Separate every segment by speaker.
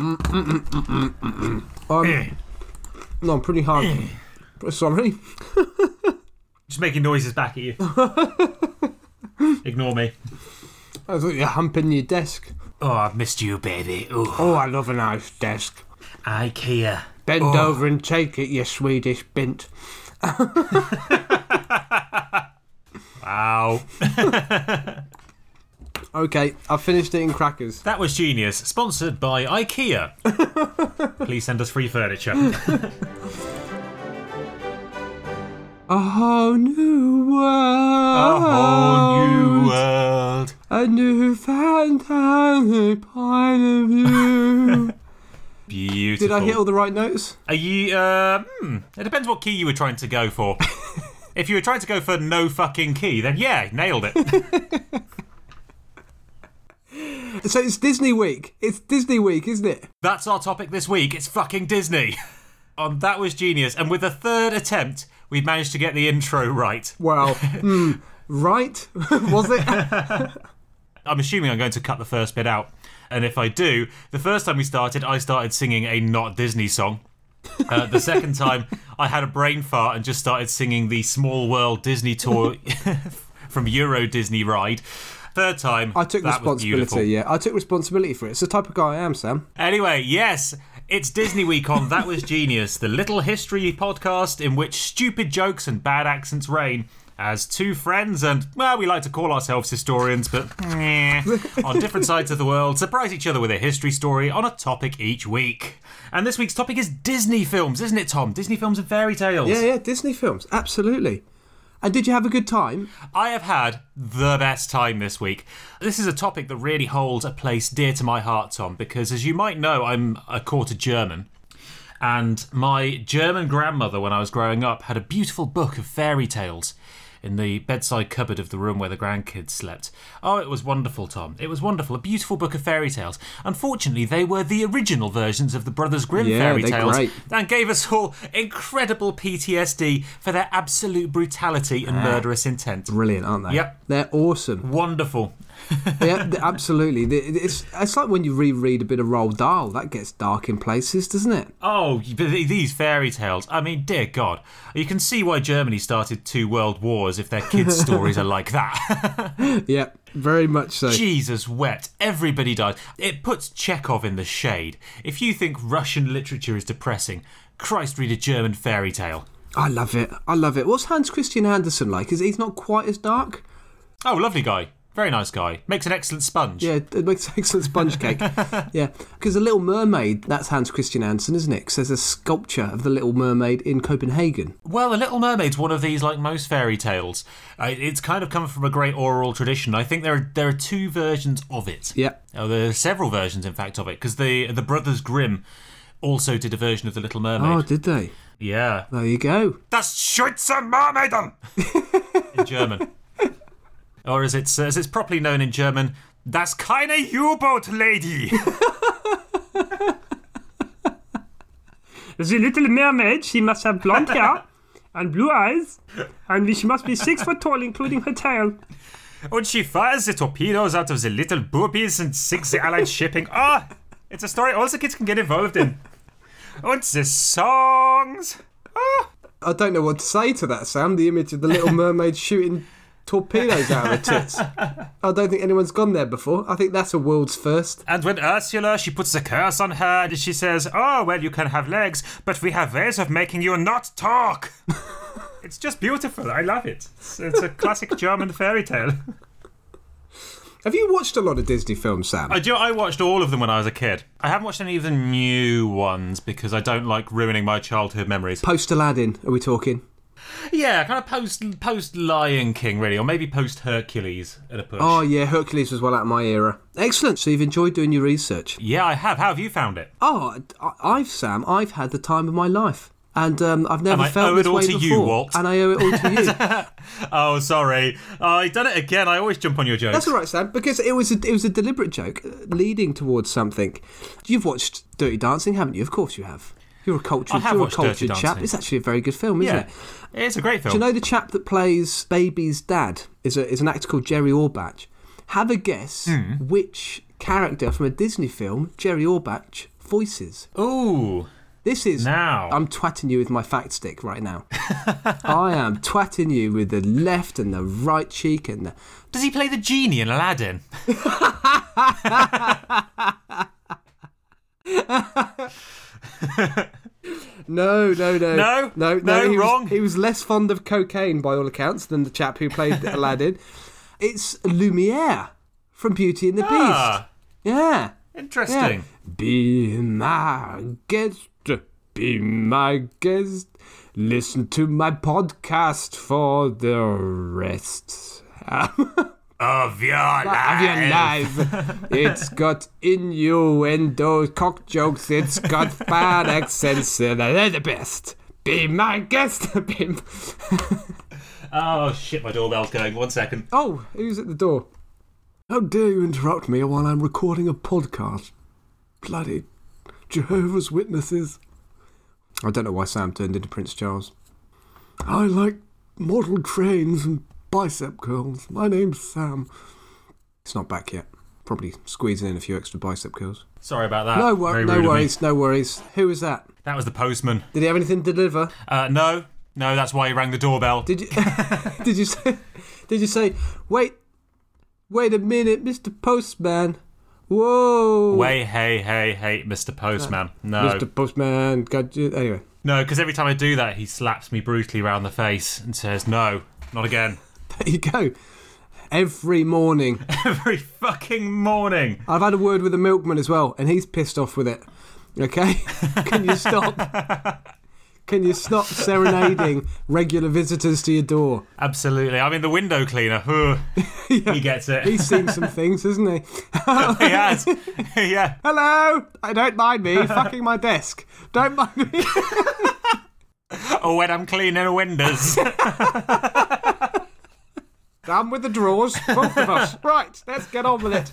Speaker 1: Eh.
Speaker 2: Um, no, I'm pretty hard. Sorry.
Speaker 1: Just making noises back at you. Ignore me.
Speaker 2: I thought you're humping your desk.
Speaker 1: Oh, I've missed you, baby. Ooh.
Speaker 2: Oh, I love a nice desk.
Speaker 1: IKEA.
Speaker 2: Bend
Speaker 1: Oh.
Speaker 2: over and take it, you Swedish bint.
Speaker 1: Wow.
Speaker 2: Okay, I finished eating crackers.
Speaker 1: That was genius. Sponsored by IKEA. Please send us free furniture.
Speaker 2: A whole new world.
Speaker 1: A whole new world.
Speaker 2: A new fantastic point of view.
Speaker 1: Beautiful.
Speaker 2: Did I hit all the right notes?
Speaker 1: Are you? Uh, hmm, it depends what key you were trying to go for. if you were trying to go for no fucking key, then yeah, nailed it.
Speaker 2: So it's Disney week. It's Disney week, isn't it?
Speaker 1: That's our topic this week. It's fucking Disney. Um, that was genius. And with a third attempt, we managed to get the intro right.
Speaker 2: Well, mm, right? Was it?
Speaker 1: I'm assuming I'm going to cut the first bit out. And if I do, the first time we started, I started singing a not Disney song. Uh, the second time, I had a brain fart and just started singing the Small World Disney Tour from Euro Disney Ride. Third time,
Speaker 2: I took
Speaker 1: that was beautiful.
Speaker 2: responsibility. Yeah, I took responsibility for it. It's the type of guy I am, Sam.
Speaker 1: Anyway, yes, it's Disney Week on That Was Genius, the little history podcast in which stupid jokes and bad accents reign. As two friends, and well, we like to call ourselves historians, but eh, on different sides of the world, surprise each other with a history story on a topic each week. And this week's topic is Disney films, isn't it, Tom? Disney films and fairy tales.
Speaker 2: Yeah, yeah, Disney films, absolutely. And did you have a good time?
Speaker 1: I have had the best time this week. This is a topic that really holds a place dear to my heart, Tom, because as you might know, I'm a quarter German. And my German grandmother, when I was growing up, had a beautiful book of fairy tales in the bedside cupboard of the room where the grandkids slept. Oh, it was wonderful, Tom. It was wonderful. A beautiful book of fairy tales. Unfortunately, they were the original versions of the Brothers Grimm
Speaker 2: Yeah,
Speaker 1: fairy
Speaker 2: they're
Speaker 1: tales
Speaker 2: great.
Speaker 1: and gave us all incredible PTSD for their absolute brutality
Speaker 2: Ah.
Speaker 1: and murderous intent.
Speaker 2: Brilliant, aren't they?
Speaker 1: Yep.
Speaker 2: They're awesome.
Speaker 1: Wonderful.
Speaker 2: yeah, th- absolutely. Th- It's, it's like when you reread a bit of Roald Dahl. That gets dark in places, doesn't it?
Speaker 1: Oh, but th- these fairy tales. I mean, dear God. You can see why Germany started two world wars if their kids' stories are like that.
Speaker 2: Yeah, very much so.
Speaker 1: Jesus wept. Everybody died. It puts Chekhov in the shade. If you think Russian literature is depressing, Christ, read a German fairy tale.
Speaker 2: I love it. I love it. What's Hans Christian Andersen like? Is he's not quite as dark?
Speaker 1: Oh, lovely guy. Very nice guy. Makes an excellent sponge.
Speaker 2: Yeah, it makes an excellent sponge cake. yeah, because the Little Mermaid. That's Hans Christian Andersen, isn't it? 'Cause there's a sculpture of the Little Mermaid in Copenhagen.
Speaker 1: Well, The Little Mermaid's one of these, like most fairy tales. Uh, it's kind of come from a great oral tradition. I think there are there are two versions of it.
Speaker 2: Yeah.
Speaker 1: Oh, there are several versions, in fact, of it because the the Brothers Grimm also did a version of the Little Mermaid.
Speaker 2: Oh, did they?
Speaker 1: Yeah,
Speaker 2: There you go.
Speaker 1: das Schweizer Mermaiden in German, or as it's as it's properly known in German, das keine U-boat lady.
Speaker 3: The little mermaid, she must have blonde hair and blue eyes, and she must be six foot tall, including her tail.
Speaker 1: When she fires the torpedoes out of the little boobies and sinks the Allied shipping. Ah, it's a story all the kids can get involved in. And the songs.
Speaker 2: I don't know what to say to that, Sam. The image of the Little Mermaid shooting torpedoes out of her tits. I don't think anyone's gone there before. I think that's a world's first.
Speaker 1: And when Ursula, she puts the curse on her and she says, Oh, well, you can have legs, but we have ways of making you not talk. it's just beautiful. I love it. It's, it's a classic German fairy tale.
Speaker 2: Have you watched a lot of Disney films, Sam?
Speaker 1: I do. I watched all of them when I was a kid. I haven't watched any of the new ones because I don't like ruining my childhood memories.
Speaker 2: Post Aladdin, are we talking?
Speaker 1: Yeah, kind of post post Lion King, really, or maybe post Hercules at a push.
Speaker 2: Oh, yeah, Hercules was well out of my era. Excellent. So you've enjoyed doing your research.
Speaker 1: Yeah, I have. How have you found it?
Speaker 2: Oh, I- I've, Sam, I've had the time of my life. And um, I've never
Speaker 1: I
Speaker 2: felt
Speaker 1: owe it
Speaker 2: this
Speaker 1: all
Speaker 2: way
Speaker 1: to you,
Speaker 2: before.
Speaker 1: Walt.
Speaker 2: And I owe it all to you.
Speaker 1: Oh, sorry. Oh, I done it again. I always jump on your jokes.
Speaker 2: That's all right, Sam, because it was a, it was a deliberate joke uh, leading towards something. You've watched Dirty Dancing, haven't you? Of course you have. You're a cultured,
Speaker 1: I have
Speaker 2: you're a
Speaker 1: watched Dirty
Speaker 2: cultured chap.
Speaker 1: Dancing.
Speaker 2: It's actually a very good film, isn't
Speaker 1: Yeah,
Speaker 2: it?
Speaker 1: it's a great film.
Speaker 2: Do you know the chap that plays Baby's dad is a, is an actor called Jerry
Speaker 1: Hmm.
Speaker 2: Orbach? Have a guess which character from a Disney film Jerry Orbach voices.
Speaker 1: Ooh,
Speaker 2: This is
Speaker 1: now.
Speaker 2: I'm twatting you with my fact stick right now. I am twatting you with the left and the right cheek and the
Speaker 1: Does he play the genie in Aladdin?
Speaker 2: No, no, no.
Speaker 1: No?
Speaker 2: no,
Speaker 1: No,
Speaker 2: he was-
Speaker 1: wrong.
Speaker 2: he was less fond of cocaine, by all accounts, than the chap who played Aladdin. It's Lumiere from Beauty and the Beast.
Speaker 1: Ah,
Speaker 2: Yeah. yeah.
Speaker 1: interesting.
Speaker 2: Be my guest. Be my guest. Listen to my podcast for the rest
Speaker 1: Of your
Speaker 2: of
Speaker 1: life.
Speaker 2: your life. it's got innuendo, cock jokes, it's got bad accents, and they're the best. Be my guest. Be m-
Speaker 1: Oh shit! My doorbell's going. One second.
Speaker 2: oh, who's at the door? How dare you interrupt me while I'm recording a podcast? Bloody Jehovah's Witnesses. I don't know why Sam turned into Prince Charles. I like model trains and bicep curls. My name's Sam. It's not back yet. Probably squeezing in a few extra bicep curls.
Speaker 1: Sorry about that.
Speaker 2: No,
Speaker 1: Very
Speaker 2: wor-
Speaker 1: rude
Speaker 2: no
Speaker 1: of me.
Speaker 2: worries, no worries. Who was that?
Speaker 1: That was the postman.
Speaker 2: Did he have anything to deliver?
Speaker 1: Uh, no, no, that's why he rang the doorbell.
Speaker 2: Did you? did you say? Did you say? Wait, wait a minute, Mister Postman. Whoa,
Speaker 1: Way, hey, hey, hey, Mr. Postman. No,
Speaker 2: Uh, Mister Postman. Got you. Anyway,
Speaker 1: no, because every time I do that, he slaps me brutally round the face and says, "No, not again."
Speaker 2: there you go. Every morning,
Speaker 1: Every fucking morning.
Speaker 2: I've had a word with the milkman as well, and he's pissed off with it. Okay, can you stop? Can you stop serenading regular visitors to your door?
Speaker 1: Absolutely. I mean, the window cleaner. ugh. He gets it.
Speaker 2: He's seen some things, hasn't he? Oh,
Speaker 1: he has. yeah.
Speaker 2: Hello! I don't mind me fucking my desk. Don't mind me.
Speaker 1: Oh, when I'm cleaning windows.
Speaker 2: Down with the drawers, both of us. Right, let's get on with it.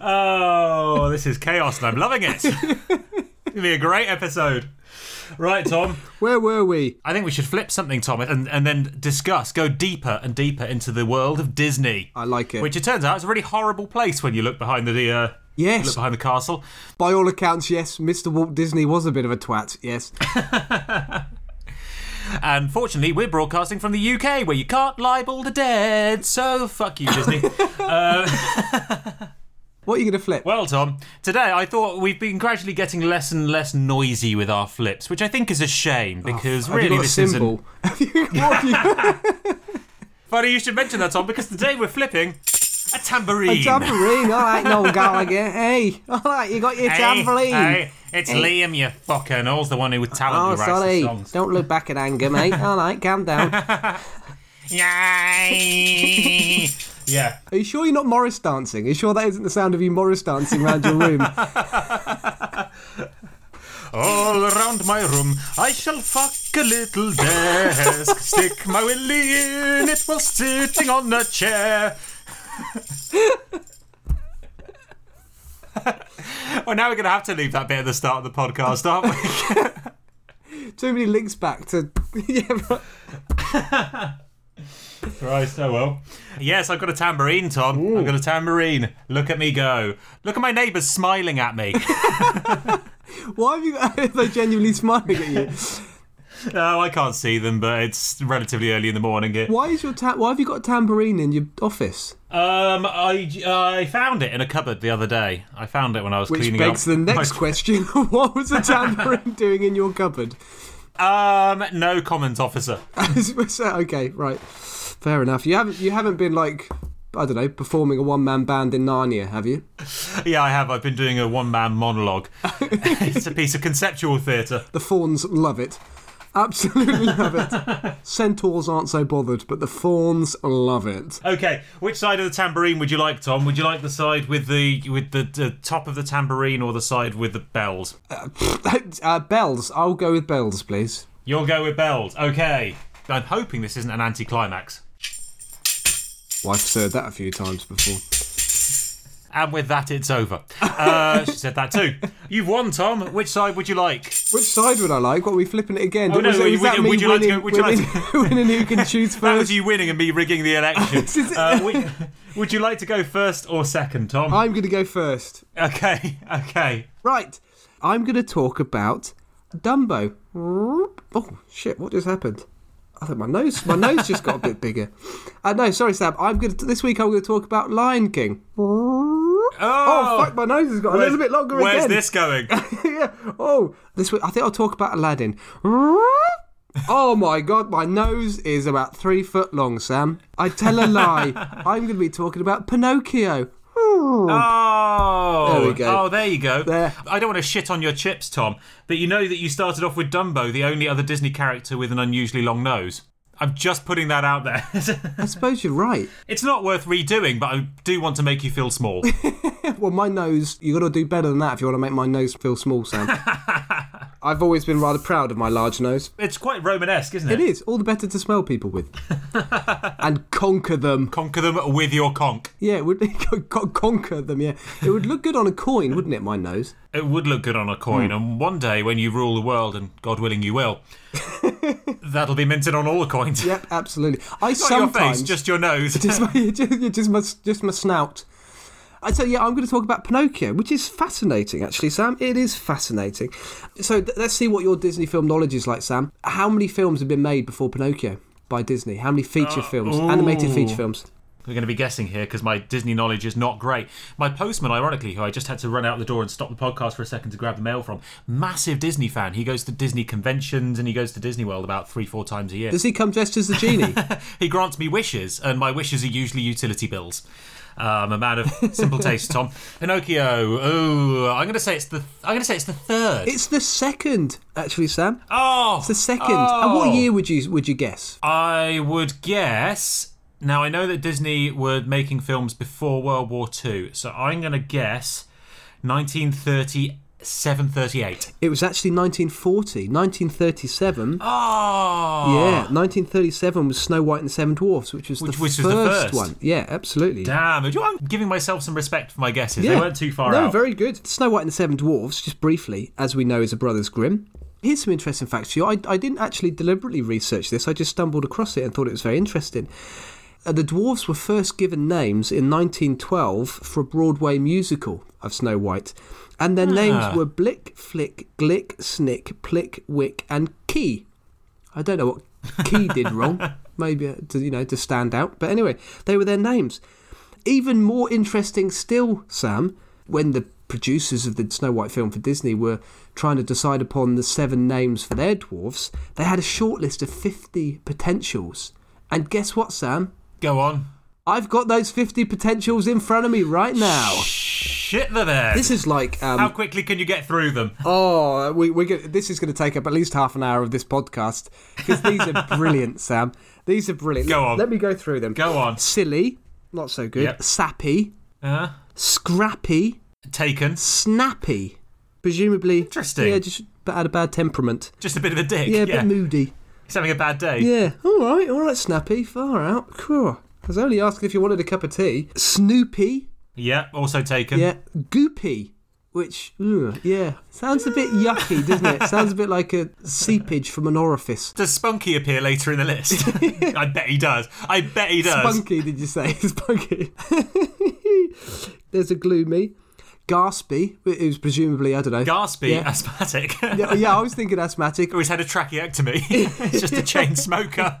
Speaker 1: Oh, this is chaos and I'm loving it. It's going to be a great episode. Right, Tom.
Speaker 2: Where were we?
Speaker 1: I think we should flip something, Tom, and, and then discuss, go deeper and deeper into the world of Disney.
Speaker 2: I like it.
Speaker 1: Which it turns out is a really horrible place when you look behind the uh,
Speaker 2: Yes.
Speaker 1: look behind the castle.
Speaker 2: By all accounts, yes, Mr. Walt Disney was a bit of a twat, yes.
Speaker 1: And fortunately, we're broadcasting from the UK where you can't libel the dead. So fuck you, Disney.
Speaker 2: What are you going to flip?
Speaker 1: Well, Tom, today I thought we've been gradually getting less and less noisy with our flips, which I think is a shame because
Speaker 2: Oh, Have you
Speaker 1: really
Speaker 2: got a
Speaker 1: this isn't.
Speaker 2: symbol? Have you what have you-
Speaker 1: Funny you should mention that, Tom, because today we're flipping a tambourine.
Speaker 2: a tambourine? All right, Noel Gallagher. Hey, all right, you got your
Speaker 1: Hey,
Speaker 2: tambourine.
Speaker 1: hey, it's Liam, you fucker. Noel's the one who with talent
Speaker 2: Oh,
Speaker 1: who writes the
Speaker 2: sorry.
Speaker 1: songs.
Speaker 2: Don't look back in anger, mate. All right, calm down. Are
Speaker 1: Yay! yeah.
Speaker 2: you sure you're not Morris dancing? Are you sure that isn't the sound of you Morris dancing around your room?
Speaker 1: All around my room, I shall fuck a little desk. Stick my willy in it while sitting on a chair. well, now we're going to have to leave that bit at the start of the podcast, aren't we?
Speaker 2: Too many links back to. yeah, right.
Speaker 1: Christ, oh well. Yes, I've got a tambourine, Tom. I've got a tambourine. Look at me go. Look at my neighbours smiling at me.
Speaker 2: Why have you got they genuinely smiling at you?
Speaker 1: no, I can't see them, but it's relatively early in the morning here.
Speaker 2: Why is your ta- why have you got a tambourine in your office?
Speaker 1: Um, I, I found it in a cupboard the other day. I found it when I was
Speaker 2: Which
Speaker 1: cleaning
Speaker 2: begs
Speaker 1: up.
Speaker 2: the next question: What was the tambourine doing in your cupboard?
Speaker 1: Um, no comment, officer.
Speaker 2: So, okay, right, fair enough. You haven't you haven't been like I don't know performing a one man band in Narnia, have you?
Speaker 1: yeah, I have. I've been doing a one-man monologue. it's a piece of conceptual theatre.
Speaker 2: The fawns love it, absolutely love it. Centaurs aren't so bothered, but the fawns love it.
Speaker 1: Okay, which side of the tambourine would you like, Tom? Would you like the side with the with the, the top of the tambourine or the side with the bells?
Speaker 2: Uh, bells, I'll go with bells, please.
Speaker 1: You'll go with bells. Okay. I'm hoping this isn't an anticlimax.
Speaker 2: Well, I've heard that a few times before.
Speaker 1: And with that, it's over. Uh, she said that too. You've won, Tom. Which side would you like?
Speaker 2: Which side would I like? What are we flipping it again?
Speaker 1: Oh, no,
Speaker 2: Was-
Speaker 1: would-
Speaker 2: is that
Speaker 1: would-
Speaker 2: me
Speaker 1: would you like to
Speaker 2: winning,
Speaker 1: go- would you like
Speaker 2: winning- winning who can choose
Speaker 1: That
Speaker 2: first?
Speaker 1: was you winning and me rigging the election.
Speaker 2: This is-
Speaker 1: Uh, we- Would you like to go first or second, Tom?
Speaker 2: I'm going to go first.
Speaker 1: okay, okay.
Speaker 2: Right. I'm going to talk about Dumbo. Oh, shit. What just happened? I think my nose my nose just got a bit bigger. Uh, no, sorry, Sam. I'm going to, this week I'm going to talk about Lion King. Oh, fuck, my nose has got a little bit longer
Speaker 1: Where's
Speaker 2: again.
Speaker 1: this going?
Speaker 2: yeah. Oh, this week I think I'll talk about Aladdin. Oh my god, my nose is about three foot long, Sam. I tell a lie. I'm going to be talking about Pinocchio.
Speaker 1: Oh,
Speaker 2: There we go.
Speaker 1: Oh, there you go.
Speaker 2: There.
Speaker 1: I don't want to shit on your chips, Tom, but you know that you started off with Dumbo, the only other Disney character with an unusually long nose. I'm just putting that out there.
Speaker 2: I suppose you're right.
Speaker 1: it's not worth redoing, but I do want to make you feel small.
Speaker 2: Well, my nose, you got to do better than that if you want to make my nose feel small, Sam. I've always been rather proud of my large nose.
Speaker 1: it's quite Romanesque, isn't it?
Speaker 2: It is all the better to smell people with and conquer them.
Speaker 1: Conquer them with your conch.
Speaker 2: Yeah, it would con- conquer them. Yeah, it would look good on a coin, wouldn't it? My nose.
Speaker 1: It would look good on a coin,
Speaker 2: Hmm.
Speaker 1: and one day when you rule the world, and God willing you will, that'll be minted on all the coins.
Speaker 2: Yep, absolutely. I
Speaker 1: Not your
Speaker 2: sometimes
Speaker 1: face, just your nose.
Speaker 2: just my just, just my just my snout. Uh, So yeah, I'm going to talk about Pinocchio, which is fascinating, actually, Sam. It is fascinating. So th- let's see what your Disney film knowledge is like, Sam. How many films have been made before Pinocchio by Disney? How many feature
Speaker 1: Uh,
Speaker 2: films, animated feature films?
Speaker 1: We're going to be guessing here because my Disney knowledge is not great. My postman, ironically, who I just had to run out the door and stop the podcast for a second to grab the mail from, massive Disney fan. He goes to Disney conventions and he goes to Disney World about three, four times a year.
Speaker 2: Does he come dressed as the genie?
Speaker 1: He grants me wishes, and my wishes are usually utility bills. Um, a man of simple taste, Tom. Pinocchio. Oh, I'm going to say it's the. I'm going to say it's the third.
Speaker 2: it's the second, actually, Sam.
Speaker 1: oh,
Speaker 2: It's the second. And what
Speaker 1: Oh.
Speaker 2: year would you would you guess?
Speaker 1: I would guess. Now I know that Disney were making films before World War II, so I'm going to guess 1937, 38.
Speaker 2: It was actually 1940, 1937.
Speaker 1: Ah. Oh,
Speaker 2: Yeah, 1937 was Snow White and the Seven Dwarfs, which was,
Speaker 1: Which-
Speaker 2: the,
Speaker 1: which was
Speaker 2: first
Speaker 1: the first.
Speaker 2: one. Yeah, absolutely.
Speaker 1: Damn, you know, I'm giving myself some respect for my guesses.
Speaker 2: Yeah.
Speaker 1: They weren't too far
Speaker 2: no,
Speaker 1: out.
Speaker 2: very good. Snow White and the Seven Dwarfs, just briefly, as we know, is a Brothers Grimm. Here's some interesting facts for you. I, I didn't actually deliberately research this, I just stumbled across it and thought it was very interesting. Uh, the dwarfs were first given names in 1912 for a Broadway musical of Snow White, and
Speaker 1: Ah.
Speaker 2: their names were Blick, Flick, Glick, Snick, Plick, Wick, and Key. I don't know what Key did wrong. Maybe uh, to, you know to stand out, but anyway, they were their names. Even more interesting still, Sam, when the producers of the Snow White film for Disney were trying to decide upon the seven names for their dwarfs, they had a shortlist of 50 potentials. And guess what, Sam?
Speaker 1: Go on.
Speaker 2: I've got those 50 potentials in front of me right now.
Speaker 1: Shit, they're there.
Speaker 2: This is like,
Speaker 1: How
Speaker 2: um,
Speaker 1: quickly can you get through them?
Speaker 2: oh, we, we're gonna, this is going to take up at least half an hour of this podcast because these are brilliant, Sam. These are brilliant.
Speaker 1: Go on.
Speaker 2: Let me go through them.
Speaker 1: Go on.
Speaker 2: Silly, not so good.
Speaker 1: Yep.
Speaker 2: Sappy,
Speaker 1: Uh,
Speaker 2: scrappy,
Speaker 1: taken.
Speaker 2: snappy, presumably.
Speaker 1: Interesting.
Speaker 2: Yeah, just b- had a bad temperament.
Speaker 1: Just a bit of a dick.
Speaker 2: Yeah,
Speaker 1: Yeah,
Speaker 2: a bit moody.
Speaker 1: he's having a bad day.
Speaker 2: Yeah, all right, all right, snappy, far out. Cool. I was only asking if you wanted a cup of tea. Snoopy.
Speaker 1: Yeah, also taken.
Speaker 2: Yeah, goopy. Which, ugh, yeah, sounds a bit yucky, doesn't it? Sounds a bit like a seepage from an orifice.
Speaker 1: Does Spunky appear later in the list? I bet he does. I bet he does.
Speaker 2: Spunky, did you say? Spunky. There's a gloomy. Gaspy, who's presumably, I don't know.
Speaker 1: Gaspy,
Speaker 2: Yeah.
Speaker 1: asthmatic.
Speaker 2: yeah, yeah, I was thinking asthmatic.
Speaker 1: Who's had a tracheectomy. it's just a chain smoker.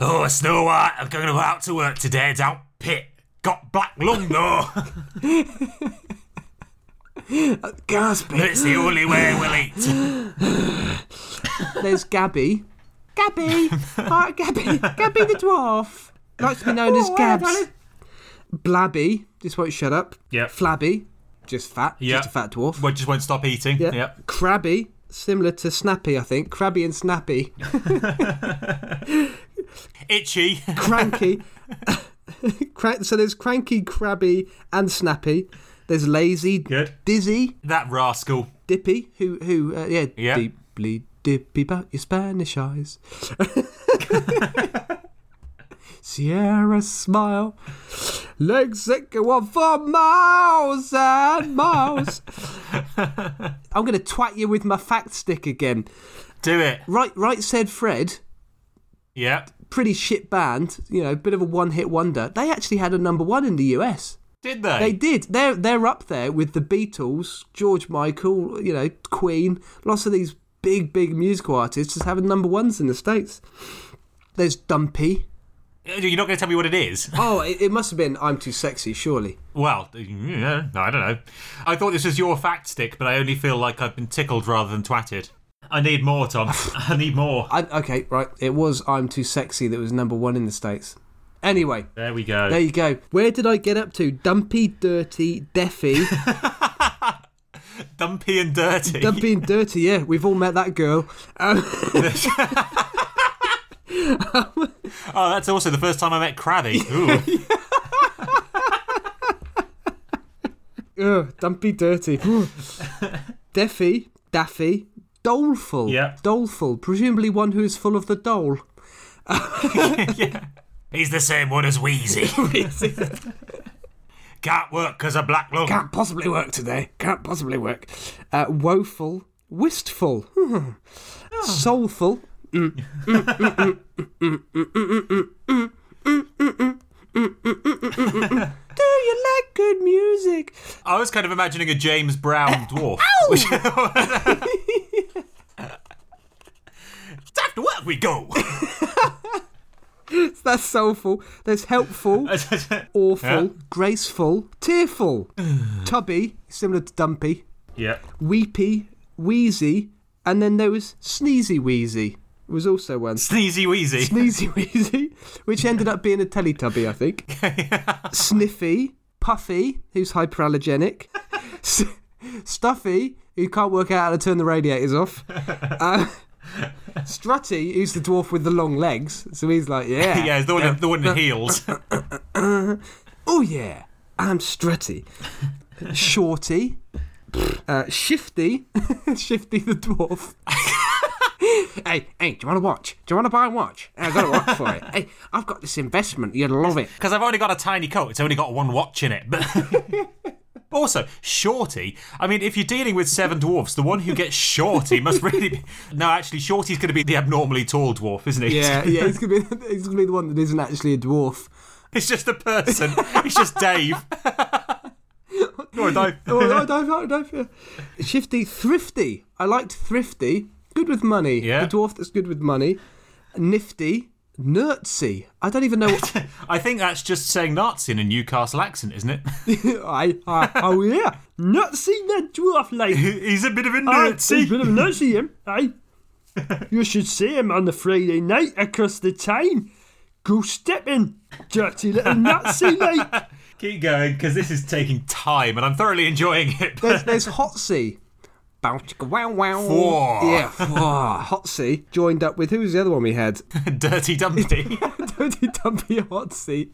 Speaker 1: oh, Snow White, I'm going to go out to work today down pit. Got black lung though.
Speaker 2: Gaspy.
Speaker 1: it's the only way we'll eat.
Speaker 2: There's Gabby. Gabby! Ah, Gabby! Gabby the dwarf! Likes to be known as Gabs. Blabby, just won't shut up.
Speaker 1: Yep.
Speaker 2: Flabby, just fat.
Speaker 1: Yep.
Speaker 2: Just a fat dwarf.
Speaker 1: We just won't stop eating.
Speaker 2: Yeah.
Speaker 1: Yep.
Speaker 2: Crabby, similar to Snappy, I think. Crabby and Snappy.
Speaker 1: Itchy.
Speaker 2: Cranky. Cra- so there's Cranky, Crabby, and Snappy. There's Lazy,
Speaker 1: Good.
Speaker 2: Dizzy,
Speaker 1: that rascal.
Speaker 2: Dippy, who, who uh, yeah,
Speaker 1: Yeah.
Speaker 2: deeply dippy about your Spanish eyes. Sierra smile, legs that go on for miles and miles. I'm going to twat you with my fact stick again.
Speaker 1: Do it.
Speaker 2: Right, right said Fred
Speaker 1: Yep.
Speaker 2: pretty shit band, you know, bit of a one-hit wonder. They actually had a number one in the US.
Speaker 1: Did they?
Speaker 2: They did. They're they're up there with the Beatles, George Michael, you know, Queen, lots of these big big musical artists just having number ones in the states. There's Dumpy.
Speaker 1: You're not going to tell me what it is.
Speaker 2: Oh, it, it must have been I'm Too Sexy, surely.
Speaker 1: Well, yeah, no, I don't know. I thought this was your fact stick, but I only feel like I've been tickled rather than twatted. I need more, Tom. I need more.
Speaker 2: I, okay, right. It was I'm Too Sexy that was number one in the states. Anyway,
Speaker 1: There we go.
Speaker 2: there you go. Where did I get up to? Dumpy, dirty, deafy.
Speaker 1: Dumpy and dirty.
Speaker 2: Dumpy and dirty, yeah. We've all met that girl. Um,
Speaker 1: Oh, that's also the first time I met Krabby. Ooh.
Speaker 2: Ugh, dumpy dirty. Deffy, Daffy, doleful.
Speaker 1: Yeah.
Speaker 2: Doleful, presumably one who is full of the dole.
Speaker 1: He's the same one as Wheezy. Can't work 'cause because of black lung.
Speaker 2: Can't possibly work today. Can't possibly work. Uh, woeful, wistful, soulful. Mm, mm, mm, mm, mm, mm, mm, mm, mm, mm, mm, mm, mm, mm, mm, mm, mm. Do you like good music?
Speaker 1: I was kind of imagining a James Brown dwarf. Which- Time to work we go.
Speaker 2: That's soulful. There's helpful, awful, graceful, tearful, tubby, similar to dumpy,
Speaker 1: yeah.
Speaker 2: weepy, wheezy, and then there was sneezy wheezy. Was also one.
Speaker 1: Sneezy Wheezy.
Speaker 2: Sneezy Wheezy, which ended up being a Teletubby, I think. Sniffy, Puffy, who's hyperallergenic, S- Stuffy, who can't work out how to turn the radiators off, uh, Strutty, who's the dwarf with the long legs, so he's like, yeah,
Speaker 1: yeah, it's the one, the one in heels.
Speaker 2: oh yeah, I'm Strutty, Shorty, uh, Shifty, Shifty the dwarf. Hey, hey, do you want to watch? Do you want to buy a watch? I've got a watch for you. Hey, I've got this investment. You'd love it.
Speaker 1: Because I've only got a tiny coat. It's only got one watch in it. But also, Shorty. I mean, if you're dealing with seven dwarfs, the one who gets Shorty must really be. No, actually, Shorty's going to be the abnormally tall dwarf, isn't he?
Speaker 2: Yeah, yeah, he's gonna be he's gonna be the one that isn't actually a dwarf.
Speaker 1: It's just a person. It's just Dave. Or Dave.
Speaker 2: Oh, I don't, I don't, yeah. Shifty, thrifty. I liked thrifty. Good with money.
Speaker 1: Yeah.
Speaker 2: The dwarf that's good with money. Nifty, nerdsy. I don't even know. What,
Speaker 1: I think that's just saying Nazi in a Newcastle accent, isn't it?
Speaker 2: I, I, oh yeah,
Speaker 3: Not see that dwarf like
Speaker 1: He's a bit of Oh, a
Speaker 3: I see
Speaker 1: Nazi.
Speaker 3: bit of nursing him. I you should see him on the Friday night across the town. Go stepping, dirty little Nazi like.
Speaker 1: Keep going, because this is taking time, and I'm thoroughly enjoying it.
Speaker 2: There's, there's Hotsy. Bow chicka wow wow.
Speaker 1: Four.
Speaker 2: Yeah, four. Hotsy joined up with who was the other one we had?
Speaker 1: Dirty Dumpty.
Speaker 2: Dirty Dumpy Hotsy.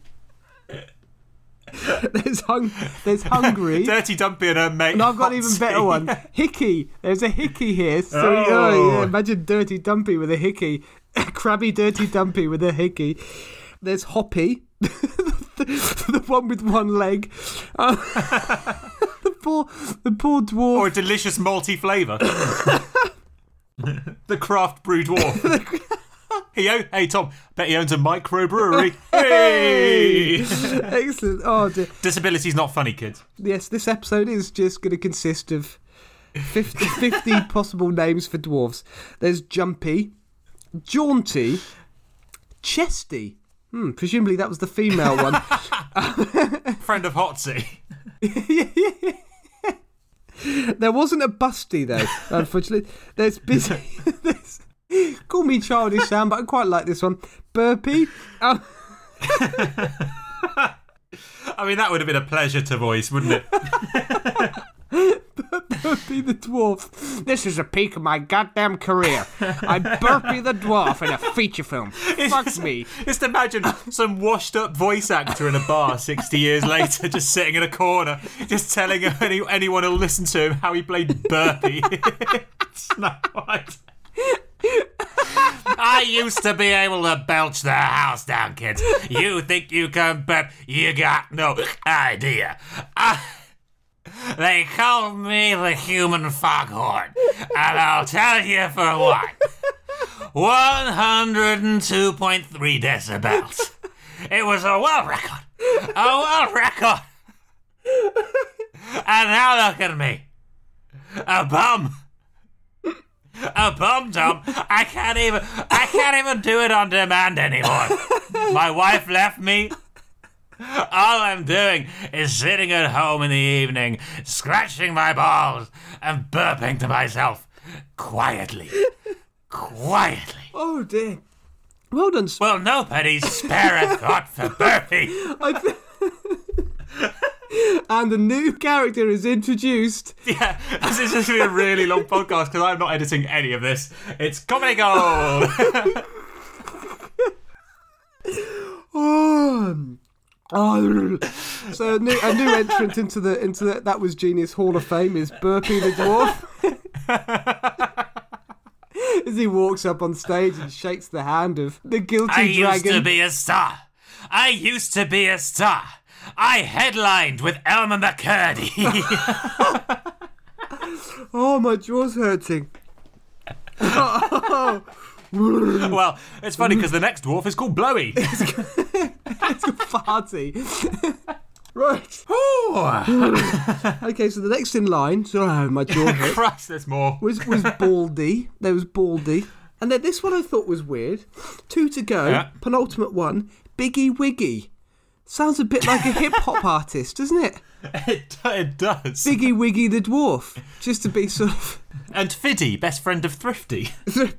Speaker 2: There's hung. There's hungry.
Speaker 1: Dirty Dumpty and her mate.
Speaker 2: And I've got an even
Speaker 1: Hotsy.
Speaker 2: better one. Hickey. There's a hickey here. So oh.
Speaker 1: Oh.
Speaker 2: yeah, imagine Dirty Dumpy with a hickey. Crabby Dirty Dumpy with a hickey. There's Hoppy. the, the one with one leg. Uh, the poor the poor dwarf.
Speaker 1: Or a delicious malty flavour. the craft brew dwarf. hey, oh, hey, Tom. Bet he owns a microbrewery. hey!
Speaker 2: Excellent. Oh dear.
Speaker 1: Disability's not funny, kids.
Speaker 2: Yes, this episode is just going to consist of 50, 50 possible names for dwarves. There's Jumpy, Jaunty, Chesty. Hmm, presumably that was the female one.
Speaker 1: Friend of Hotsy.
Speaker 2: there wasn't a Busty, though, unfortunately. There's Busy. there's, call me childish, Sam, but I quite like this one. Burpy. Oh,
Speaker 1: I mean, that would have been a pleasure to voice, wouldn't it?
Speaker 2: Burpy the Dwarf. This is the peak of my goddamn career. I'm Burpy the Dwarf in a feature film. Fuck me.
Speaker 1: Just imagine some washed up voice actor in a bar 60 years later, just sitting in a corner, just telling any, anyone who'll listen to him how he played Burpee. Snow White. I used to be able to belch the house down, kids. You think you can burp? You got no idea. I- they call me the human foghorn, and I'll tell you for what. 102.3 decibels. it was a world record. A world record. and now look at me. A bum. A bum dump. I can't even I can't even do it on demand anymore. My wife left me. All I'm doing is sitting at home in the evening, scratching my balls and burping to myself quietly. Quietly.
Speaker 2: Oh dear.
Speaker 3: Well done. Sp-
Speaker 1: Will nobody spare a thought for burping?
Speaker 2: I th- and the new character is introduced.
Speaker 1: Yeah, this is just gonna be a really long podcast because I'm not editing any of this. It's comedy gold.
Speaker 2: Um, oh. so a new, a new entrant into the into the, that was genius Hall of Fame is Burpee the dwarf. As he walks up on stage and shakes the hand of the guilty
Speaker 1: I used
Speaker 2: dragon.
Speaker 1: to be a star. I used to be a star. I headlined with Elmer McCurdy.
Speaker 2: Oh, my jaw's hurting.
Speaker 1: well, it's funny because the next dwarf is called Blowy.
Speaker 2: It's a party. right.
Speaker 1: Oh,
Speaker 2: Okay, so the next in line, sorry, my jaw hurt.
Speaker 1: Christ, there's more.
Speaker 2: was was Baldy. There was Baldy, and then this one I thought was weird. Two to go,
Speaker 1: Yeah.
Speaker 2: penultimate one. Biggie Wiggy sounds a bit like a hip hop artist, doesn't it?
Speaker 1: It, it does.
Speaker 2: Biggie Wiggy the dwarf, just to be sort of.
Speaker 1: And Fiddy, best friend of Thrifty. Do you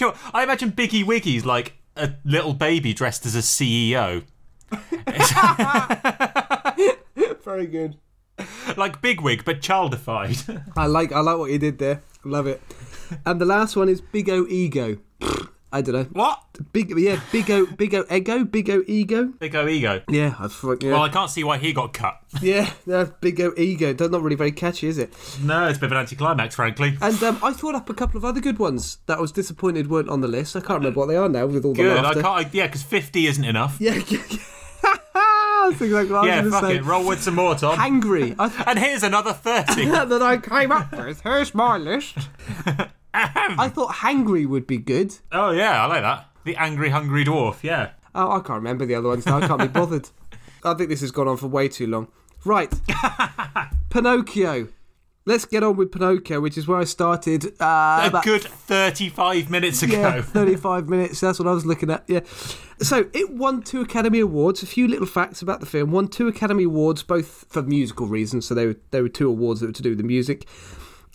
Speaker 1: know, I imagine Biggie Wiggy's like a little baby dressed as a E CEO.
Speaker 2: Very good.
Speaker 1: Like Bigwig, but childified.
Speaker 2: I like I like what you did there. I love it. And the last one is Big O Ego. I don't know.
Speaker 1: what?
Speaker 2: Big yeah, Big O Big O Ego, Big O Ego.
Speaker 1: Big O Ego.
Speaker 2: Yeah, I thought yeah.
Speaker 1: Well, I can't see why he got cut.
Speaker 2: yeah, no, Big O Ego. That's not really very catchy, is it?
Speaker 1: No, it's a bit of an anticlimax, frankly.
Speaker 2: And um, I thought up a couple of other good ones that I was disappointed weren't on the list. I can't remember what they are now with all the
Speaker 1: Good. I
Speaker 2: laughter.
Speaker 1: can't. I, yeah, because 50 isn't enough.
Speaker 2: Yeah, yeah, yeah. That's exactly what I
Speaker 1: Yeah,
Speaker 2: was
Speaker 1: fuck
Speaker 2: going to
Speaker 1: it.
Speaker 2: say.
Speaker 1: Roll with some more, Tom.
Speaker 2: Angry. I th-
Speaker 1: and here's another 30.
Speaker 2: that I came up with. Here's my list. I thought hangry would be good.
Speaker 1: oh, yeah, I like that. The Angry Hungry Dwarf, yeah.
Speaker 2: Oh, I can't remember the other ones now. I can't be bothered. I think this has gone on for way too long. Right. Pinocchio. Let's get on with Pinocchio, which is where I started. Uh,
Speaker 1: A
Speaker 2: about
Speaker 1: good 35 minutes ago.
Speaker 2: Yeah, 35 minutes. That's what I was looking at. Yeah. So it won two Academy Awards. A few little facts about the film. Won two Academy Awards, both for musical reasons. So they were, there were two awards that were to do with the music.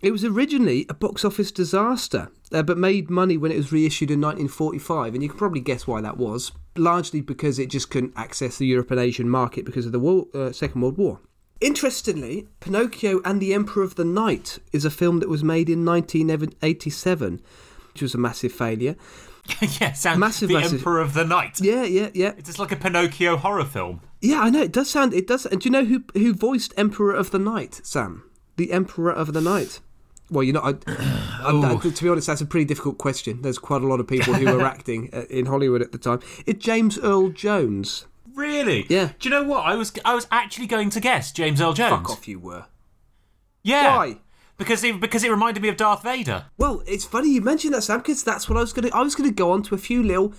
Speaker 2: It was originally a box office disaster, uh, but made money when it was reissued in 1945. And you can probably guess why that was. Largely because it just couldn't access the Europe and Asian market because of the war, uh, Second World War. Interestingly, Pinocchio and the Emperor of the Night is a film that was made in 1987, which was a massive failure.
Speaker 1: yeah, sounds
Speaker 2: Massive,
Speaker 1: The
Speaker 2: massive-
Speaker 1: Emperor of the Night.
Speaker 2: Yeah, yeah, yeah,
Speaker 1: It's just like a Pinocchio horror film.
Speaker 2: yeah. I know it does sound. It does. And do you know who who voiced Emperor of the Night? Sam, the Emperor of the Night. Well, you know, I, I, I- to be honest, that's a pretty difficult question. There's quite a lot of people who were acting uh, in Hollywood at the time. It's James Earl Jones.
Speaker 1: Really?
Speaker 2: Yeah.
Speaker 1: Do you know what? I was I was actually going to guess James Earl Jones.
Speaker 2: Fuck off, you were.
Speaker 1: Yeah.
Speaker 2: Why?
Speaker 1: Because it, because it reminded me of Darth Vader.
Speaker 2: Well, it's funny you mentioned that, Sam, because that's what I was gonna. I was gonna go on to a few little.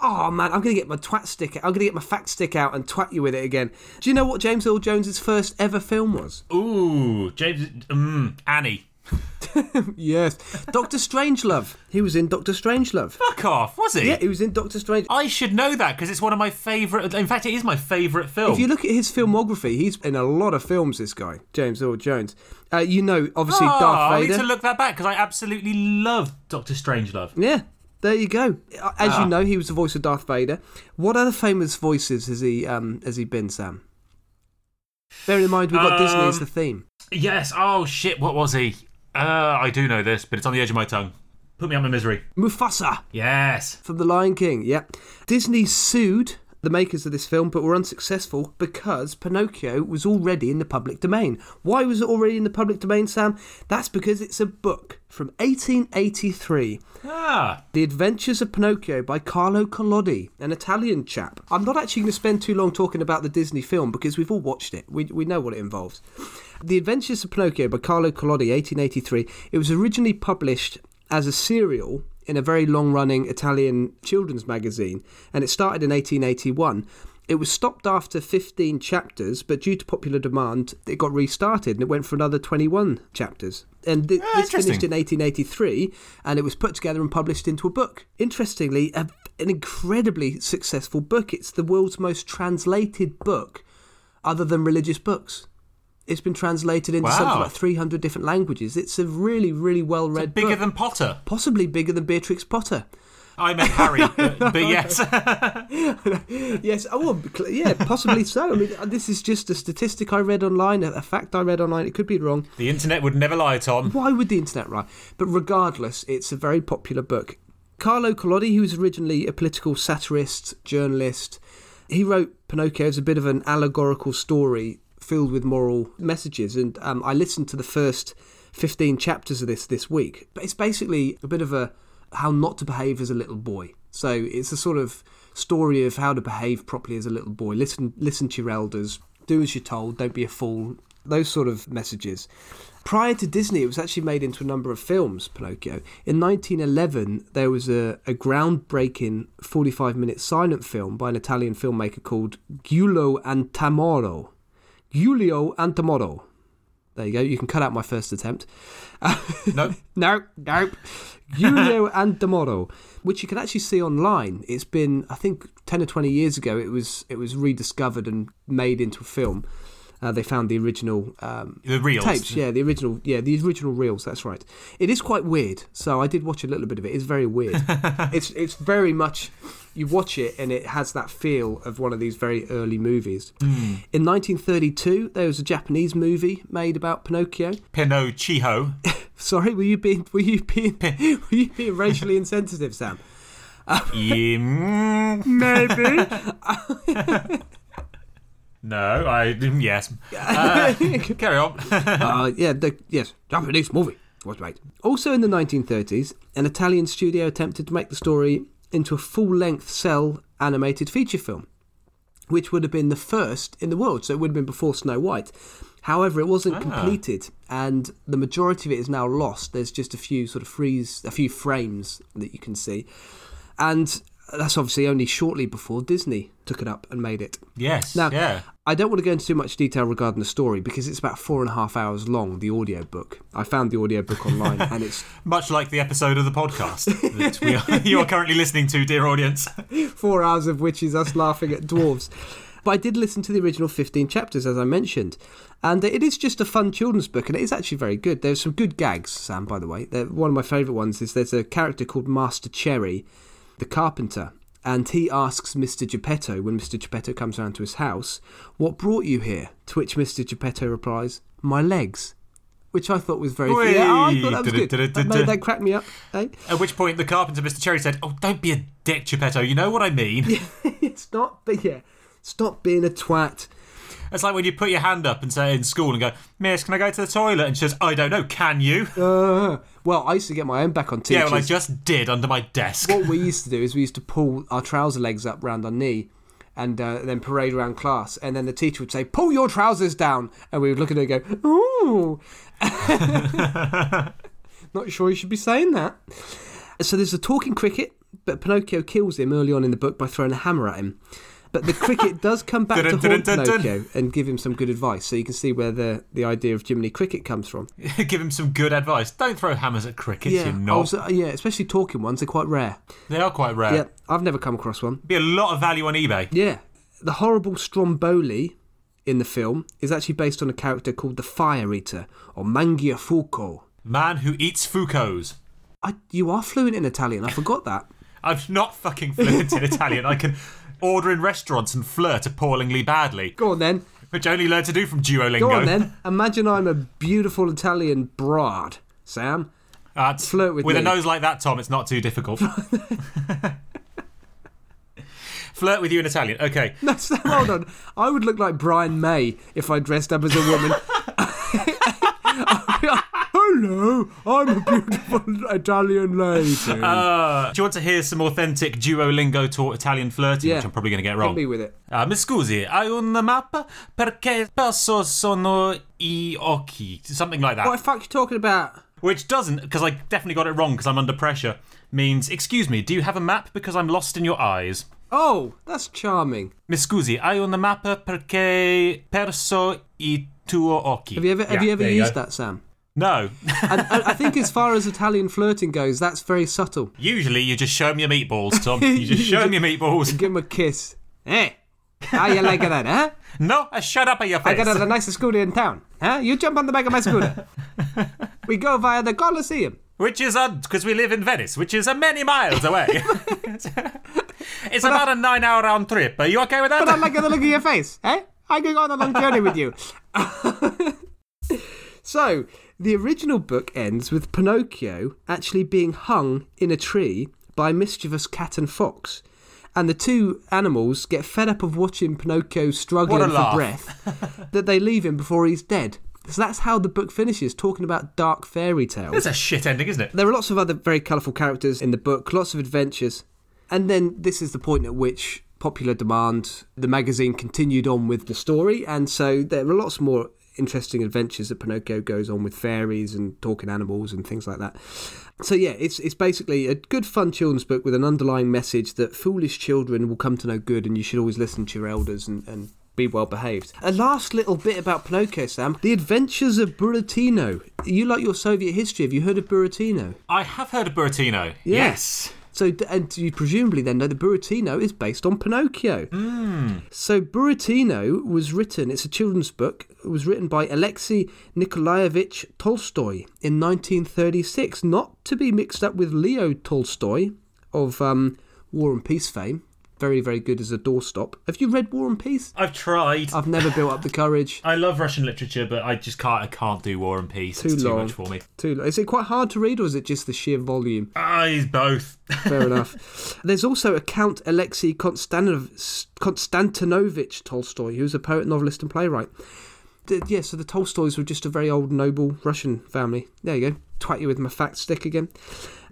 Speaker 2: Oh man, I'm gonna get my twat stick. I'm gonna get my fact stick out and twat you with it again. Do you know what James Earl Jones's first ever film was?
Speaker 1: Ooh, James. Mm, Annie.
Speaker 2: Yes, Doctor Strangelove. He was in Doctor Strangelove.
Speaker 1: Fuck off, was he?
Speaker 2: Yeah, he was in Doctor Strange.
Speaker 1: I should know that because it's one of my favourite. In fact, it is my favourite film.
Speaker 2: If you look at his filmography, he's in a lot of films. This guy, James Earl Jones. Uh, you know, obviously
Speaker 1: Ah, I
Speaker 2: Darth
Speaker 1: need
Speaker 2: Vader.
Speaker 1: to look that back because I absolutely love Doctor Strangelove.
Speaker 2: yeah, there you go. Uh, As
Speaker 1: Ah.
Speaker 2: you know, he was the voice of Darth Vader. What other famous voices has he um, has he been, Sam? Bear in mind, we've got Disney as
Speaker 1: Um,
Speaker 2: the theme.
Speaker 1: Yes. Oh shit. What was he? Uh, I do know this, but it's on the edge of my tongue. Put me out of my misery.
Speaker 2: Mufasa
Speaker 1: Yes.
Speaker 2: from The Lion King. Yep. Disney sued the makers of this film, but were unsuccessful because Pinocchio was already in the public domain. Why was it already in the public domain, Sam? That's because it's a book from 1883.
Speaker 1: Ah.
Speaker 2: The Adventures of Pinocchio by Carlo Collodi, an Italian chap. I'm not actually going to spend too long talking about the Disney film because we've all watched it. We, we know what it involves. The Adventures of Pinocchio by Carlo Collodi, 1883. It was originally published as a serial in a very long running Italian children's magazine, and it started in 1881. It was stopped after 15 chapters, but due to popular demand, it got restarted and it went for another 21 chapters. And thi-
Speaker 1: Ah,
Speaker 2: this finished
Speaker 1: interesting.
Speaker 2: in 1883 and it was put together and published into a book. Interestingly, a, an incredibly successful book. It's the world's most translated book other than religious books. It's been translated into something
Speaker 1: Wow.
Speaker 2: like 300 different languages. It's a really, really well read
Speaker 1: Bigger
Speaker 2: book.
Speaker 1: than Potter.
Speaker 2: Possibly bigger than Beatrix Potter.
Speaker 1: I meant Harry, but, but yes.
Speaker 2: Yes, oh, well, cl- yeah, possibly so. I mean, this is just a statistic I read online, a, a fact I read online. It could be wrong.
Speaker 1: the internet would never lie, Tom.
Speaker 2: Why would the internet write? But regardless, it's a very popular book. Carlo Collodi, who was originally a political satirist, journalist, he wrote Pinocchio as a bit of an allegorical story filled with moral messages. And um, I listened to the first 15 chapters of this this week. But it's basically a bit of a how not to behave as a little boy. So it's a sort of story of how to behave properly as a little boy. Listen, listen to your elders. Do as you're told. Don't be a fool. Those sort of messages. Prior to Disney, it was actually made into a number of films, Pinocchio. In 1911, there was a, a groundbreaking 45 minute silent film by an Italian filmmaker called Giulio Antamoro. Giulio Antamoro. There you go. You can cut out my first attempt.
Speaker 1: No.
Speaker 2: Nope, nope. Giulio Antamoro, which you can actually see online. It's been, I think, ten or twenty years ago. It was it was rediscovered and made into a film. Uh, they found the original um,
Speaker 1: The reels.
Speaker 2: tapes. Yeah, the original. Yeah, the original reels. That's right. It is quite weird. So I did watch a little bit of it. It's very weird. it's it's very much. You watch it and it has that feel of one of these very early movies. In 1932, there was a Japanese movie made about Pinocchio.
Speaker 1: Pinocchio.
Speaker 2: Sorry, were you being were you being were you being racially insensitive, Sam?
Speaker 1: Yeah, mm,
Speaker 3: Maybe.
Speaker 1: no, I yes. Carry on.
Speaker 2: uh, yeah, the, yes, Japanese movie was made. Also in the 1930s, an Italian studio attempted to make the story into a full-length cell animated feature film, which would have been the first in the world. So it would have been before Snow White. However, it wasn't completed, and the majority of it is now lost. There's just a few sort of freeze, a few frames that you can see, and that's obviously only shortly before Disney took it up and made it.
Speaker 1: Yes.
Speaker 2: Now,
Speaker 1: yeah.
Speaker 2: I don't want to go into too much detail regarding the story because it's about four and a half hours long, the audiobook. I found the audiobook online and it's
Speaker 1: Much like the episode of the podcast that we are, you are currently listening to, dear audience.
Speaker 2: four hours of which is us laughing at dwarves. But I did listen to the original 15 chapters, as I mentioned. And it is just a fun children's book, and it is actually very good. There's some good gags, Sam, by the way. There- One of my favourite ones is there's a character called Master Cherry, the carpenter, and he asks Mr. Geppetto, when Mr. Geppetto comes round to his house, What brought you here? To which Mr. Geppetto replies, My legs. Which I thought was very
Speaker 1: Whey!
Speaker 2: Yeah, I thought that was good. That,
Speaker 1: Da-da-da-da-da.
Speaker 2: made- that cracked me up. Eh?
Speaker 1: At which point, the carpenter, Mr. Cherry, said, "Oh, don't be a dick, Geppetto. You know what I mean."
Speaker 2: Stop, but yeah, stop being a twat.
Speaker 1: It's like when you put your hand up and say in school and go, "Miss, can I go to the toilet?" And she says, "I don't know. Can you?"
Speaker 2: Uh, well, I used to get my own back on teachers.
Speaker 1: yeah, well, I just did under my desk.
Speaker 2: what we used to do is we used to pull our trouser legs up round our knee and uh, then parade around class. And then the teacher would say, Pull your trousers down. And we would look at her and go, Ooh. Not sure you should be saying that. So there's a talking cricket, but Pinocchio kills him early on in the book by throwing a hammer at him. But the cricket does come back to haunt
Speaker 1: Dun-dun-dun-dun-dun.
Speaker 2: Pinocchio and give him some good advice. So you can see where the, the idea of Jiminy Cricket comes from.
Speaker 1: Give him some good advice. Don't throw hammers at crickets, you knob.
Speaker 2: also- yeah, especially talking ones, they're quite rare.
Speaker 1: They are quite rare.
Speaker 2: Yeah, I've never come across one.
Speaker 1: Be a lot of value on eBay.
Speaker 2: Yeah. The horrible Stromboli in the film is actually based on a character called the Fire Eater or Mangiafuoco.
Speaker 1: Man who eats Fucos.
Speaker 2: I, you are fluent in Italian. I forgot that.
Speaker 1: I'm not fucking fluent in Italian. I can order in restaurants and flirt appallingly badly,
Speaker 2: Go on then.
Speaker 1: which I only learned to do from Duolingo.
Speaker 2: Go on then. Imagine I'm a beautiful Italian broad, Sam.
Speaker 1: That's-
Speaker 2: Flirt with
Speaker 1: a
Speaker 2: me.
Speaker 1: nose like that, Tom. It's not too difficult. flirt with you in Italian. Okay.
Speaker 2: No, Sam, hold on. I would look like Brian May if I dressed up as a woman. I'd be like, Hello, I'm a beautiful Italian lady.
Speaker 1: Uh, do you want to hear some authentic Duolingo taught Italian flirting,
Speaker 2: Yeah.
Speaker 1: which I'm probably going to get
Speaker 2: Hit me
Speaker 1: wrong?
Speaker 2: with it.
Speaker 1: Uh, mi scusi, hai una mappa? Perché perso sono i occhi? Something like that.
Speaker 2: What the fuck are you talking about?
Speaker 1: which doesn't, because I definitely got it wrong because I'm under pressure, means, Excuse me, do you have a map? Because I'm lost in your eyes.
Speaker 2: Oh, that's charming.
Speaker 1: Mi scusi, hai una mappa perché perso i tuo occhi.
Speaker 2: Have you ever have
Speaker 1: Yeah,
Speaker 2: you ever
Speaker 1: there go.
Speaker 2: used that, Sam?
Speaker 1: No.
Speaker 2: And, and I think as far as Italian flirting goes, that's very subtle.
Speaker 1: Usually you just show me your meatballs, Tom. You just show me your meatballs.
Speaker 2: Give him a kiss. Eh? How you like that, huh?
Speaker 1: No, I shut up at your
Speaker 2: I
Speaker 1: face.
Speaker 2: got the nicest scooter in town. Huh? You jump on the back of my scooter. we go via the Colosseum.
Speaker 1: Which is odd because we live in Venice, which is a many miles away. it's about a nine hour round trip. Are you okay with
Speaker 2: I
Speaker 1: that?
Speaker 2: like the look of your face. Eh? I could go on a long journey with you. so, the original book ends with Pinocchio actually being hung in a tree by a mischievous cat and fox. And the two animals get fed up of watching Pinocchio struggling for
Speaker 1: laugh.
Speaker 2: breath that they leave him before he's dead. So that's how the book finishes, talking about dark fairy tales.
Speaker 1: That's a shit ending, isn't it?
Speaker 2: There are lots of other very colourful characters in the book, lots of adventures. And then this is the point at which popular demand, the magazine continued on with the story. And so there are lots more interesting adventures that Pinocchio goes on with fairies and talking animals and things like that. So yeah, it's it's basically a good fun children's book with an underlying message that foolish children will come to no good and you should always listen to your elders and, and be well behaved. A last little bit about Pinocchio, Sam. The Adventures of Buratino. You like your Soviet history. Have you heard of Buratino?
Speaker 1: I have heard of Buratino.
Speaker 2: Yes. So, d- and you presumably then know that Buratino is based on Pinocchio. So, Buratino was written, it's a children's book, it was written by Alexei Nikolaevich Tolstoy in 1936, not to be mixed up with Leo Tolstoy of um, War and Peace fame. Very, very good as a doorstop. Have you read War and Peace?
Speaker 1: I've tried.
Speaker 2: I've never built up the courage.
Speaker 1: I love Russian literature, but I just can't. I can't do War and Peace.
Speaker 2: Too
Speaker 1: it's too
Speaker 2: long.
Speaker 1: much for me.
Speaker 2: Too, is it quite hard to read, or is it just the sheer volume?
Speaker 1: I both.
Speaker 2: Fair enough. There's also a Count Alexei Konstantinov- Konstantinovich Tolstoy, who's a poet, novelist, and playwright. The, yeah, so the Tolstoys were just a very old noble Russian family. There you go. Twat you with my fact stick again.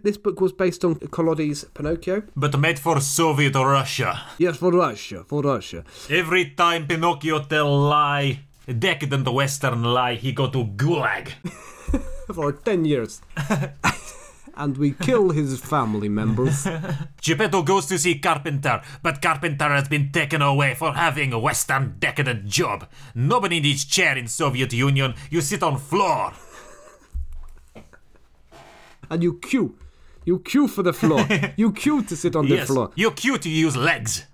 Speaker 2: This book was based on Koloddy's Pinocchio.
Speaker 1: but made for Soviet Russia.
Speaker 2: Yes, for Russia, for Russia.
Speaker 1: Every time Pinocchio tell lie, decadent Western lie, he go to gulag.
Speaker 2: For 10 years. and we kill his family members.
Speaker 1: Geppetto goes to see Carpenter, but Carpenter has been taken away for having a Western decadent job. Nobody needs chair in Soviet Union. You sit on floor.
Speaker 2: And you queue. You queue for the floor. You queue to sit on the floor.
Speaker 1: You're cute. You use legs.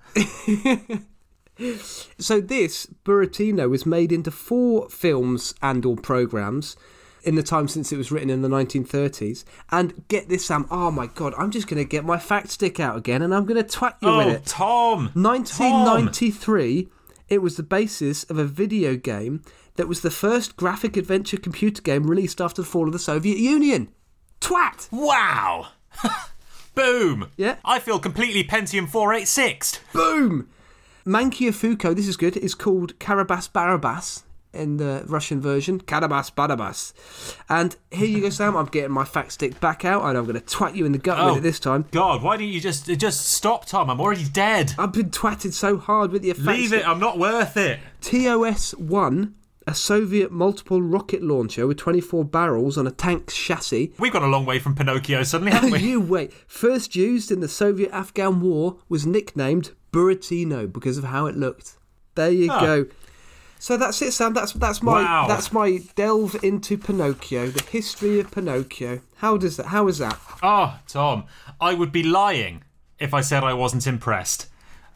Speaker 2: So this Buratino was made into four films and or programs in the time since it was written in the 1930s. And get this, Sam. Oh my God, I'm just going to get my fact stick out again, and I'm going to twat you with
Speaker 1: Oh,
Speaker 2: it.
Speaker 1: Tom.
Speaker 2: 1993. It was the basis of a video game that was the first graphic adventure computer game released after the fall of the Soviet Union. Twat.
Speaker 1: Wow. Boom.
Speaker 2: Yeah.
Speaker 1: I feel completely Pentium 486.
Speaker 2: Boom! Mankia Fuko, this is good, is called Karabas Barabas in the Russian version. Karabas Barabas. And here you go, Sam. I'm getting my fact stick back out and I'm going to twat you in the gut with
Speaker 1: Oh.
Speaker 2: it this time.
Speaker 1: God, why didn't you just just stop, Tom? I'm already dead.
Speaker 2: I've been twatted so hard with your fact
Speaker 1: Leave
Speaker 2: stick.
Speaker 1: it. I'm not worth it.
Speaker 2: TOS 1, a Soviet multiple rocket launcher with 24 barrels on a tank's chassis.
Speaker 1: We've gone a long way from Pinocchio suddenly, haven't we?
Speaker 2: you wait. First used in the Soviet Afghan War, was nicknamed Buratino because of how it looked. There you
Speaker 1: Ah.
Speaker 2: go. So that's it, Sam. That's that's my
Speaker 1: Wow.
Speaker 2: that's my delve into Pinocchio, the history of Pinocchio. How does that? How is that?
Speaker 1: Ah, Tom, I would be lying if I said I wasn't impressed.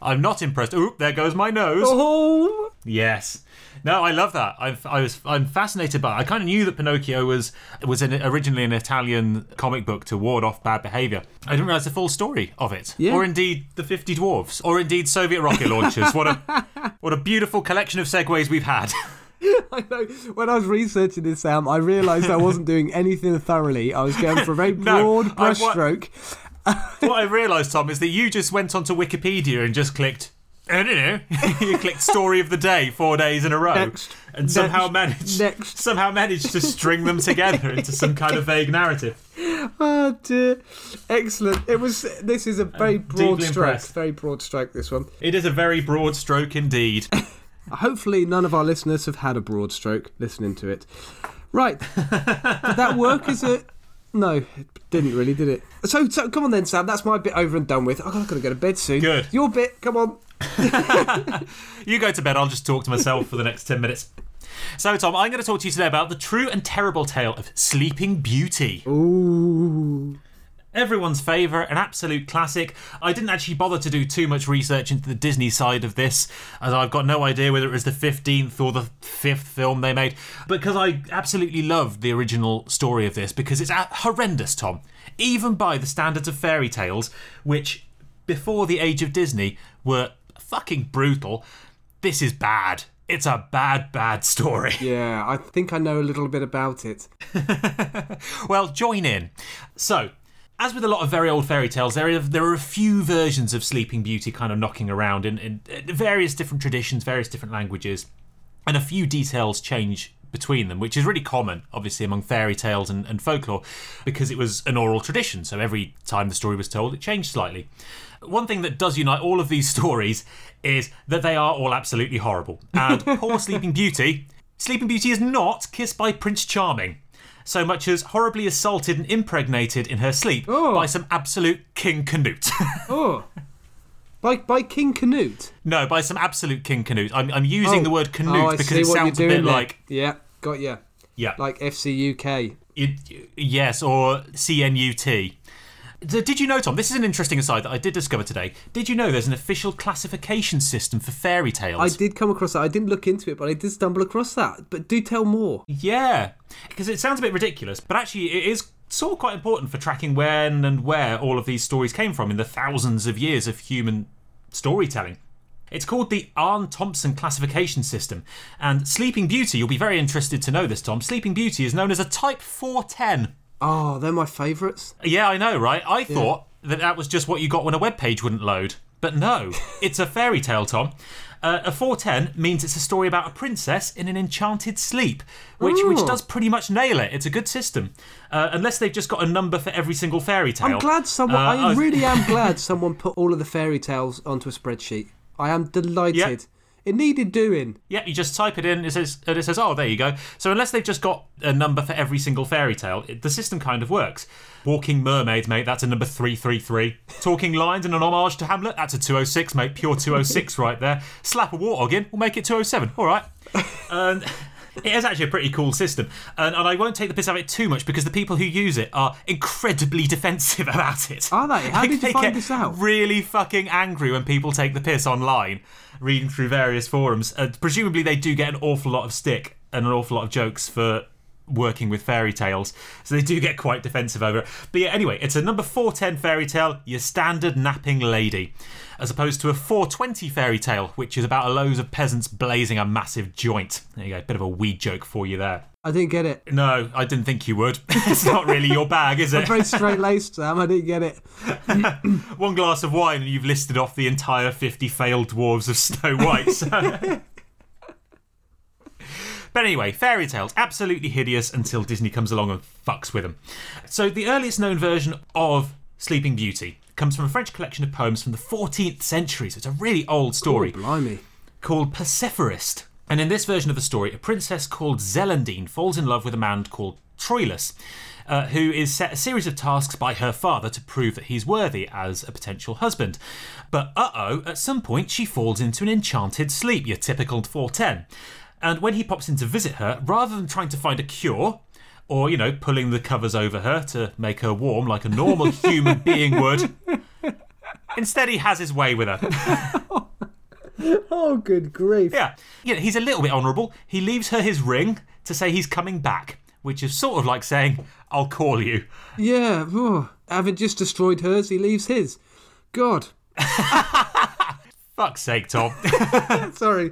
Speaker 1: I'm not impressed. Oop, there goes my nose.
Speaker 2: Oh,
Speaker 1: Yes. No, I love that. I've, I was, I'm fascinated by. It. I kind of knew that Pinocchio was was an, originally an Italian comic book to ward off bad behavior. I didn't realize the full story of it,
Speaker 2: Yeah.
Speaker 1: or indeed the Fifty Dwarfs, or indeed Soviet rocket launchers. what a what a beautiful collection of segues we've had.
Speaker 2: I know. When I was researching this, Sam, I realised I wasn't doing anything thoroughly. I was going for a very
Speaker 1: No,
Speaker 2: broad
Speaker 1: I wa-
Speaker 2: brushstroke.
Speaker 1: what I realised, Tom, is that you just went onto Wikipedia and just clicked. I don't know. you clicked story of the day four days in a row,
Speaker 2: Next.
Speaker 1: and somehow
Speaker 2: Next.
Speaker 1: managed
Speaker 2: Next.
Speaker 1: somehow managed to string them together into some kind of vague narrative.
Speaker 2: Oh dear! Excellent. It was. This is a very broad
Speaker 1: deeply
Speaker 2: stroke.
Speaker 1: impressed.
Speaker 2: Very broad stroke. This one.
Speaker 1: It is a very broad stroke indeed.
Speaker 2: Hopefully, none of our listeners have had a broad stroke listening to it. Right. Did that work as a No, it didn't really, did it? So, so come on then, Sam. That's my bit over and done with. I've got to go to bed soon.
Speaker 1: Good.
Speaker 2: Your bit. Come on.
Speaker 1: You go to bed, I'll just talk to myself for the next 10 minutes. So, Tom, I'm going to talk to you today about the true and terrible tale of Sleeping Beauty.
Speaker 2: Ooh.
Speaker 1: everyone's favourite, an absolute classic. I didn't actually bother to do too much research into the Disney side of this, as I've got no idea whether it was the 15th or the fifth film they made, but because I absolutely loved the original story of this, because it's a- horrendous, Tom, even by the standards of fairy tales, which before the age of Disney were fucking brutal. This is bad. It's a bad, bad story.
Speaker 2: Yeah, I think I know a little bit about it.
Speaker 1: Well, join in. So, as with a lot of very old fairy tales, there are, there are a few versions of Sleeping Beauty kind of knocking around in, in in various different traditions, various different languages, and a few details change between them, which is really common, obviously, among fairy tales and, and folklore, because it was an oral tradition. So every time the story was told, it changed slightly. One thing that does unite all of these stories is that they are all absolutely horrible. And poor Sleeping Beauty, Sleeping Beauty is not kissed by Prince Charming so much as horribly assaulted and impregnated in her sleep by some absolute King Canute.
Speaker 2: Oh. By, by King Canute.
Speaker 1: no, by some absolute King Canute. I'm, I'm using
Speaker 2: Oh.
Speaker 1: the word Canute
Speaker 2: Oh, I
Speaker 1: because
Speaker 2: see
Speaker 1: it
Speaker 2: what
Speaker 1: sounds a
Speaker 2: you're
Speaker 1: bit
Speaker 2: doing there.
Speaker 1: like.
Speaker 2: Yeah, got you.
Speaker 1: Yeah.
Speaker 2: Like FC UK.
Speaker 1: It- yes, or CNUT. So Did you know, Tom? This is an interesting aside that I did discover today. Did you know there's an official classification system for fairy tales?
Speaker 2: I did come across that. I didn't look into it, but I did stumble across that. But do tell more.
Speaker 1: Yeah, because it sounds a bit ridiculous, but actually it is sort of quite important for tracking when and where all of these stories came from in the thousands of years of human storytelling. It's called the Arne Thompson classification system, and Sleeping Beauty, you'll be very interested to know this, Tom. Sleeping Beauty is known as a Type 410.
Speaker 2: Oh, they're my favourites.
Speaker 1: Yeah, I know, right? I thought that that was just what you got when a web page wouldn't load. But no, it's a fairy tale, Tom. Uh, a 410 means it's a story about a princess in an enchanted sleep, which, which
Speaker 2: Ooh.
Speaker 1: does pretty much nail it. It's a good system. Uh, unless they've just got a number for every single fairy tale.
Speaker 2: I'm glad someone.
Speaker 1: Uh,
Speaker 2: I
Speaker 1: was-
Speaker 2: really am glad someone put all of the fairy tales onto a spreadsheet. I am delighted. It needed doing.
Speaker 1: Yeah, you just type it in, it says, and it says, oh, there you go. So unless they've just got a number for every single fairy tale, it, the system kind of works. Walking Mermaid, mate, that's a number 333. Talking Lions and an homage to Hamlet, that's a 206, mate, pure 206 right there. Slap a warthog in, we'll make it 207. All right. Um, it is actually a pretty cool system, and, and I won't take the piss out of it too much because the people who use it are incredibly defensive about it.
Speaker 2: Are they? How
Speaker 1: Like,
Speaker 2: did you
Speaker 1: they
Speaker 2: find
Speaker 1: get
Speaker 2: this out?
Speaker 1: Really fucking angry when people take the piss online, reading through various forums. Uh, presumably, they do get an awful lot of stick and an awful lot of jokes for working with fairy tales, so they do get quite defensive over it. But yeah, anyway, it's a number four ten fairy tale, your standard napping lady, as opposed to a four twenty fairy tale, which is about a loads of peasants blazing a massive joint. There you go, bit of a weed joke for you there.
Speaker 2: I didn't get it.
Speaker 1: No, I didn't think you would. it's not really your bag, is it?
Speaker 2: Very straight laced, Sam. I didn't get it.
Speaker 1: one glass of wine and you've listed off the entire 50 failed dwarves of Snow White. So. But anyway, fairy tales, absolutely hideous until Disney comes along and fucks with them. So, the earliest known version of Sleeping Beauty comes from a French collection of poems from the 14th century, so it's a really old story
Speaker 2: Oh, Blimey.
Speaker 1: called Persephorist. And in this version of the story, a princess called Zelendine falls in love with a man called Troilus, uh, who is set a series of tasks by her father to prove that he's worthy as a potential husband. But uh oh, at some point she falls into an enchanted sleep, your typical 410. And when he pops in to visit her, rather than trying to find a cure, or, you know, pulling the covers over her to make her warm like a normal human being would, instead he has his way with her.
Speaker 2: Oh, good grief.
Speaker 1: Yeah. Yeah, he's a little bit honourable. He leaves her his ring to say he's coming back, which is sort of like saying, I'll call you.
Speaker 2: Yeah, oh, having just destroyed hers, he leaves his. God,
Speaker 1: Fuck's sake, Tom.
Speaker 2: sorry.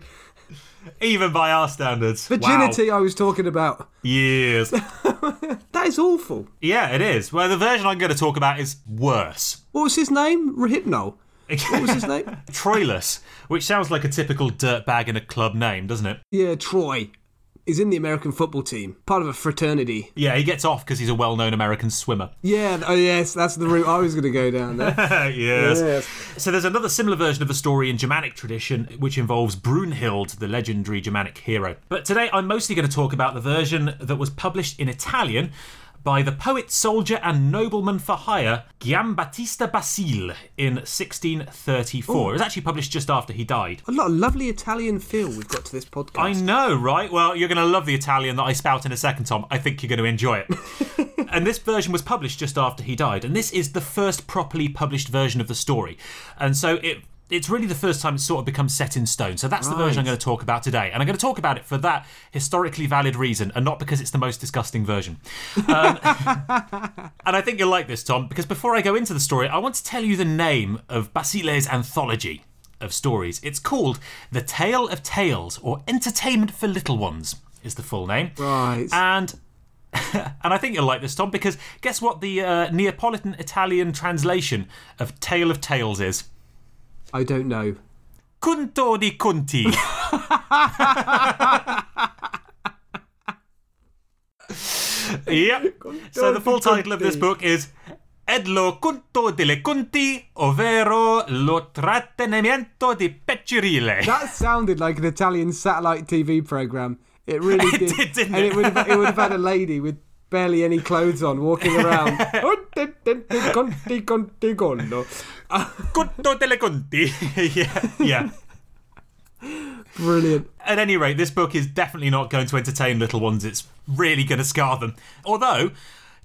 Speaker 1: Even by our standards. Wow.
Speaker 2: Virginity, I was talking about.
Speaker 1: Years.
Speaker 2: That is awful.
Speaker 1: Yeah, it is. Well, the version I'm going to talk about is worse.
Speaker 2: What was his name? Rahipnol. What was his name?
Speaker 1: Troilus, which sounds like a typical dirtbag in a club name, doesn't it?
Speaker 2: Yeah, Troy. He's in the American football team, part of a fraternity.
Speaker 1: Yeah, he gets off because he's a well known American swimmer.
Speaker 2: Yeah, oh yes, that's the route I was going to go down there.
Speaker 1: yes. So there's another similar version of the story in Germanic tradition, which involves Brunhild, the legendary Germanic hero. But today I'm mostly going to talk about the version that was published in Italian by the poet, soldier, and nobleman for hire, Giambattista Basile, in 1634. It was actually published just after he died.
Speaker 2: A lot of lovely Italian feel we've got to this podcast.
Speaker 1: I know, right? Well, you're going to love the Italian that I spout in a second, Tom. I think you're going to enjoy it. and this version was published just after he died, and this is the first properly published version of the story. And so it it's really the first time it's sort of become set in stone. So that's the version I'm going to talk about today. And I'm going to talk about it for that historically valid reason and not because it's the most disgusting version. And I think you'll like this, Tom, because before I go into the story, I want to tell you the name of Basile's anthology of stories. It's called The Tale of Tales, or Entertainment for Little Ones, is the full name.
Speaker 2: Right.
Speaker 1: And. and I think you'll like this, Tom, because guess what the uh, Neapolitan Italian translation of Tale of Tales is?
Speaker 2: I don't know.
Speaker 1: Cunto di Conti. yep. So the full title of this book is Ed lo conto delle conti, ovvero lo trattenimento di peccerile.
Speaker 2: That sounded like an Italian satellite TV program. It really did.
Speaker 1: did, didn't
Speaker 2: and
Speaker 1: it?
Speaker 2: it would have, it would have had a lady with barely any clothes on walking around. Oh, Conti, conti, collo.
Speaker 1: Conto delle conti. yeah, yeah.
Speaker 2: Brilliant.
Speaker 1: At any rate, this book is definitely not going to entertain little ones. It's really going to scar them. Although,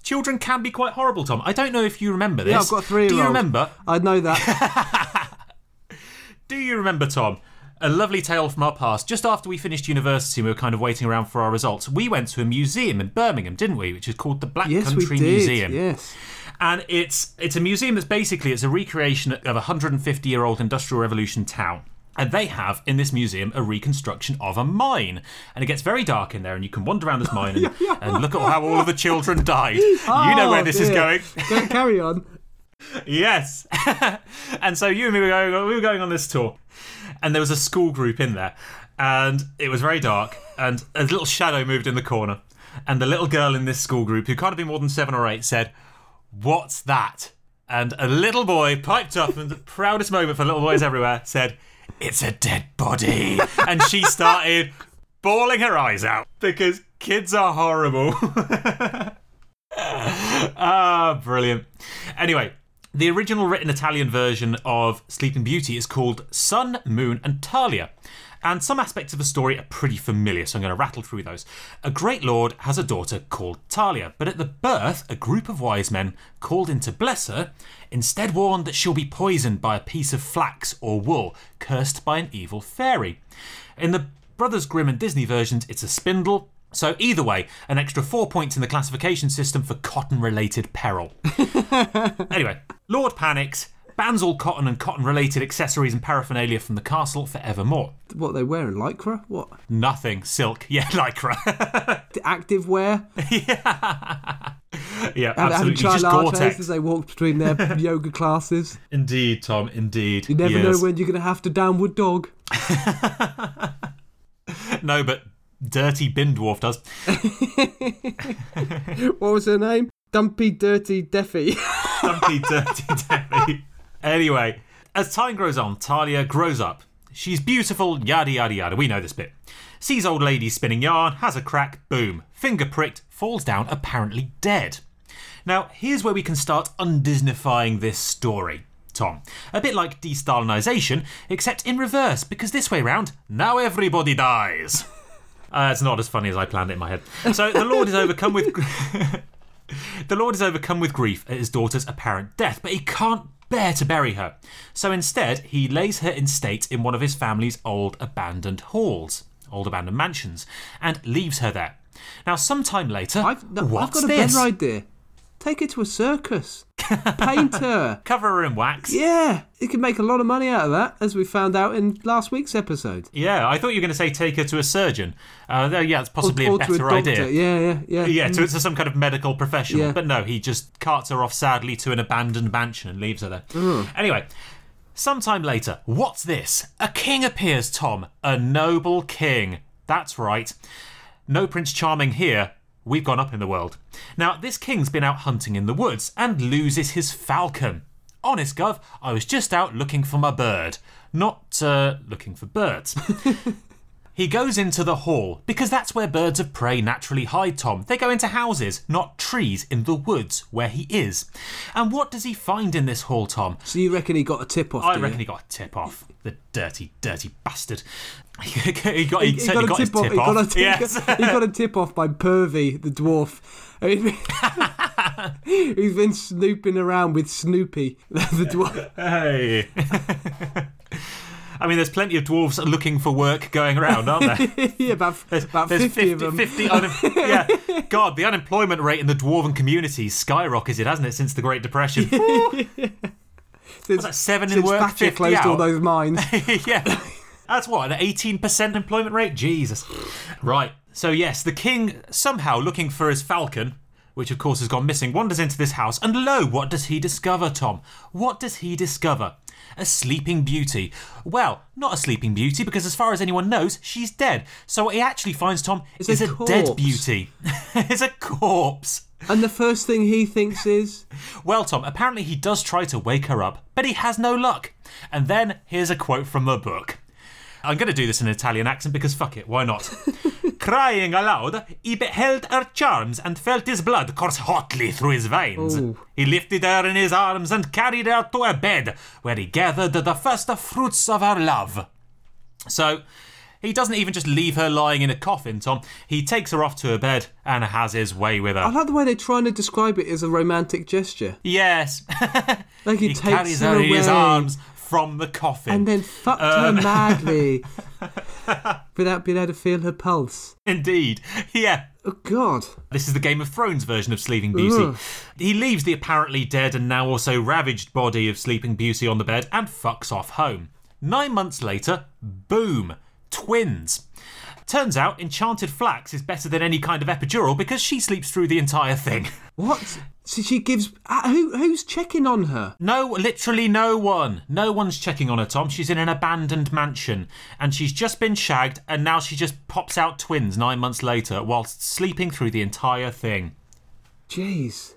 Speaker 1: children can be quite horrible, Tom. I don't know if you remember this.
Speaker 2: Yeah, I've got a three-year-old.
Speaker 1: Do you remember?
Speaker 2: I know that.
Speaker 1: Do you remember, Tom? A lovely tale from our past. Just after we finished university and we were kind of waiting around for our results, we went to a museum in Birmingham, didn't we? Which is called the Black
Speaker 2: Yes, we
Speaker 1: Country
Speaker 2: did.
Speaker 1: Museum.
Speaker 2: Yes.
Speaker 1: And it's it's a museum that's basically it's a recreation of a 150 year old industrial revolution town. And they have in this museum a reconstruction of a mine. And it gets very dark in there, and you can wander around this mine and, and look at how all of the children died. you know where
Speaker 2: Oh,
Speaker 1: this is
Speaker 2: dear.
Speaker 1: going.
Speaker 2: Don't carry on.
Speaker 1: Yes. and so you and me were going, on- we were going on this tour, and there was a school group in there, and it was very dark, and a little shadow moved in the corner, and the little girl in this school group, who can't have been more than seven or eight, said, "What's that?" And a little boy piped up, and the proudest moment for little boys everywhere said, "It's a dead body," and she started bawling her eyes out because kids are horrible. Ah, brilliant. Anyway, the original written Italian version of Sleeping Beauty is called Sun, Moon, and Talia. And some aspects of the story are pretty familiar, so I'm going to rattle through those. A great lord has a daughter called Talia, but at the birth, a group of wise men called in to bless her instead warn that she'll be poisoned by a piece of flax or wool cursed by an evil fairy. In the Brothers Grimm and Disney versions, it's a spindle. So, either way, an extra four points in the classification system for cotton related peril. Anyway, Lord panics, bans all cotton and cotton related accessories and paraphernalia from the castle forevermore.
Speaker 2: What they wearing? Lycra? What?
Speaker 1: Nothing. Silk. Yeah, lycra.
Speaker 2: Active wear?
Speaker 1: yeah,
Speaker 2: Have-
Speaker 1: absolutely.
Speaker 2: Having
Speaker 1: Just
Speaker 2: trilates as
Speaker 1: Gore-Tex.
Speaker 2: they walk between their yoga classes.
Speaker 1: Indeed, Tom. Indeed.
Speaker 2: You never
Speaker 1: yes.
Speaker 2: know when you're going to have to downward dog.
Speaker 1: No, but dirty bin dwarf does.
Speaker 2: What was her name? Dumpy, dirty, Deffy.
Speaker 1: Dumpty, dirty, Debbie. Anyway, as time grows on, Talia grows up. She's beautiful, yada, yada, yada. We know this bit. Sees old lady spinning yarn, has a crack, boom. Finger pricked, falls down, apparently dead. Now, here's where we can start undisneyfying this story, Tom. A bit like de Stalinisation, except in reverse, because this way round, now everybody dies. Uh, it's not as funny as I planned it in my head. So the Lord is overcome with. The Lord is overcome with grief at his daughter's apparent death, but he can't bear to bury her. So instead, he lays her in state in one of his family's old abandoned halls, old abandoned mansions, and leaves her there. Now, sometime later,
Speaker 2: I've, no, I've
Speaker 1: what's
Speaker 2: got a
Speaker 1: this?
Speaker 2: better idea. Take her to a circus. Paint her.
Speaker 1: Cover her in wax.
Speaker 2: Yeah, you can make a lot of money out of that, as we found out in last week's episode.
Speaker 1: Yeah, I thought you were going to say take her to a surgeon. Uh, there- yeah, it's possibly a
Speaker 2: or to a
Speaker 1: better
Speaker 2: doctor.
Speaker 1: idea.
Speaker 2: Yeah, yeah, yeah.
Speaker 1: Yeah, to, to some kind of medical professional.
Speaker 2: Yeah.
Speaker 1: But no, he just carts her off sadly to an abandoned mansion and leaves her there. Anyway, sometime later, what's this? A king appears, Tom. A noble king. That's right. No Prince Charming here. We've gone up in the world. Now, this king's been out hunting in the woods and loses his falcon. Honest, Gov, I was just out looking for my bird. Not uh, looking for birds. He goes into the hall because that's where birds of prey naturally hide, Tom. They go into houses, not trees, in the woods where he is. And what does he find in this hall, Tom?
Speaker 2: So you reckon he got a tip off?
Speaker 1: I
Speaker 2: do you?
Speaker 1: reckon he got a tip off. The dirty, dirty bastard. he got, he got,
Speaker 2: He
Speaker 1: certainly got, his tip
Speaker 2: He
Speaker 1: off.
Speaker 2: got, a tip,
Speaker 1: yes.
Speaker 2: he got- he got a tip off by Pervy the dwarf. I mean, he's been snooping around with Snoopy the dwarf.
Speaker 1: Hey. I mean, there's plenty of dwarves looking for work going around, aren't there?
Speaker 2: yeah, about, about
Speaker 1: There's
Speaker 2: 50, of them.
Speaker 1: 50 un- yeah. God, the unemployment rate in the dwarven community skyrocketed, hasn't it, since the Great Depression?
Speaker 2: Since,
Speaker 1: That's seven in
Speaker 2: since
Speaker 1: work,
Speaker 2: Thatcher
Speaker 1: 50
Speaker 2: closed all
Speaker 1: out.
Speaker 2: those mines.
Speaker 1: yeah. That's what, an 18% employment rate? Jesus. Right. So, yes, the king, somehow looking for his falcon, which of course has gone missing, wanders into this house, and lo, what does he discover, Tom? What does he discover? A sleeping beauty. Well, not a sleeping beauty, because as far as anyone knows, she's dead. So, what he actually finds, Tom,
Speaker 2: a
Speaker 1: is a dead
Speaker 2: corpse.
Speaker 1: beauty. it's a corpse.
Speaker 2: And the first thing he thinks is,
Speaker 1: Well, Tom, apparently he does try to wake her up, but he has no luck. And then here's a quote from the book. I'm going to do this in an Italian accent because fuck it, why not? Crying aloud, he beheld her charms and felt his blood course hotly through his veins. He lifted her in his arms and carried her to her bed, where he gathered the first fruits of her love. So he doesn't even just leave her lying in a coffin, Tom. He takes her off to her bed and has his way with her.
Speaker 2: I like the way they're trying to describe it as a romantic gesture.
Speaker 1: Yes.
Speaker 2: Like he,
Speaker 1: He
Speaker 2: takes
Speaker 1: carries
Speaker 2: her
Speaker 1: her in his
Speaker 2: away
Speaker 1: arms Uh, from the coffin.
Speaker 2: and then fucked her madly without being able to feel her pulse.
Speaker 1: Indeed. Yeah.
Speaker 2: Oh God!
Speaker 1: This is the Game of Thrones version of Sleeping Beauty.
Speaker 2: Ugh.
Speaker 1: He leaves the apparently dead and now also ravaged body of Sleeping Beauty on the bed and fucks off home. Nine months later, boom, twins. Turns out enchanted flax is better than any kind of epidural because she sleeps through the entire thing.
Speaker 2: What? So she gives. Uh, who? Who's checking on her?
Speaker 1: No, literally no one. No one's checking on her, Tom. She's in an abandoned mansion and she's just been shagged and now she just pops out twins nine months later whilst sleeping through the entire thing.
Speaker 2: Jeez.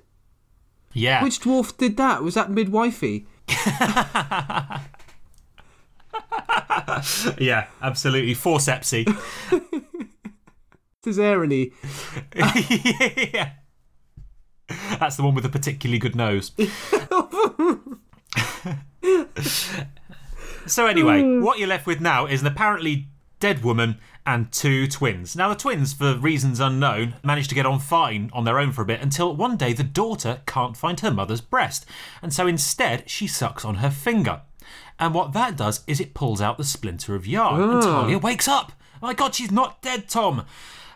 Speaker 1: Yeah.
Speaker 2: Which dwarf did that? Was that midwifey?
Speaker 1: yeah, absolutely. Forcepsy.
Speaker 2: There's irony.
Speaker 1: yeah. That's the one with a particularly good nose. so, anyway, what you're left with now is an apparently dead woman and two twins. Now, the twins, for reasons unknown, managed to get on fine on their own for a bit until one day the daughter can't find her mother's breast. And so instead, she sucks on her finger. And what that does is it pulls out the splinter of yarn. And Talia wakes up. Oh my god, she's not dead, Tom.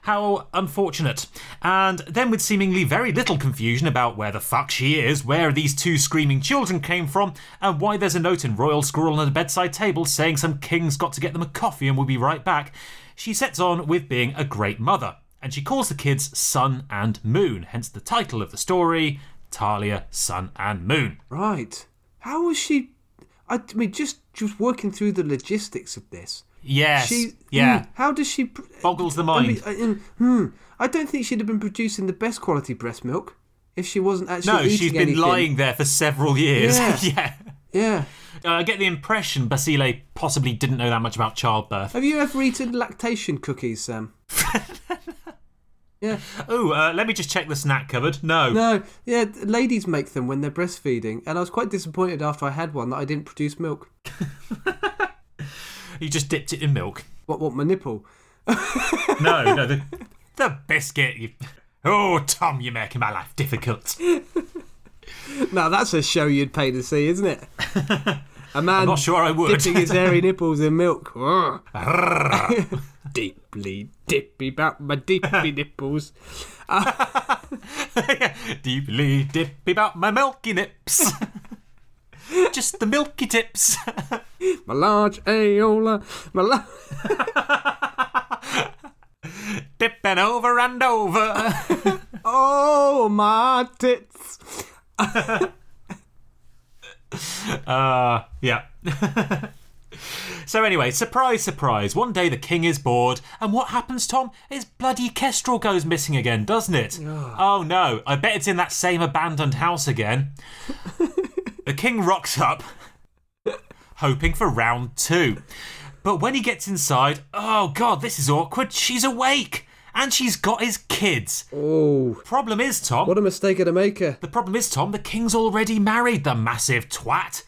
Speaker 1: How unfortunate. And then, with seemingly very little confusion about where the fuck she is, where these two screaming children came from, and why there's a note in Royal Scrawl on a bedside table saying some king's got to get them a coffee and will be right back, she sets on with being a great mother. And she calls the kids Sun and Moon, hence the title of the story Talia, Sun and Moon.
Speaker 2: Right. How was she? I, I mean, just just working through the logistics of this.
Speaker 1: Yes.
Speaker 2: She.
Speaker 1: yeah.
Speaker 2: hmm, how does she? pr-
Speaker 1: Boggles the
Speaker 2: I
Speaker 1: mind.
Speaker 2: mean, I, um, hmm. I don't think she'd have been producing the best quality breast milk if she wasn't actually.
Speaker 1: no,
Speaker 2: eating
Speaker 1: she's been
Speaker 2: anything.
Speaker 1: lying there for several years.
Speaker 2: Yeah.
Speaker 1: yeah.
Speaker 2: Yeah.
Speaker 1: Uh, I get the impression Basile possibly didn't know that much about childbirth.
Speaker 2: Have you ever eaten lactation cookies, Sam? yeah.
Speaker 1: Oh, uh, let me just check the snack cupboard. No.
Speaker 2: No. Yeah, ladies make them when they're breastfeeding, and I was quite disappointed after I had one that I didn't produce milk.
Speaker 1: You just dipped it in milk.
Speaker 2: What? What? My nipple?
Speaker 1: No, no. The, the biscuit. You... Oh, Tom, you're making my life difficult.
Speaker 2: Now that's a show you'd pay to see, isn't it? A man
Speaker 1: Not sure I would.
Speaker 2: dipping his hairy nipples in milk. Ugh. Deeply dippy about my deepy nipples.
Speaker 1: Deeply dippy about my milky nips. just the milky tips.
Speaker 2: My large aola. My la-
Speaker 1: Dipping over and over.
Speaker 2: oh my tits.
Speaker 1: Uh, yeah. so anyway, surprise, surprise. One day the king is bored, and what happens, Tom? His bloody kestrel goes missing again, doesn't it? oh no, I bet it's in that same abandoned house again. the king rocks up, hoping for round two. But when he gets inside, oh god, this is awkward. She's awake and she's got his kids.
Speaker 2: Oh,
Speaker 1: Problem is, Tom.
Speaker 2: what a mistake of a maker.
Speaker 1: The problem is, Tom, the king's already married the massive twat.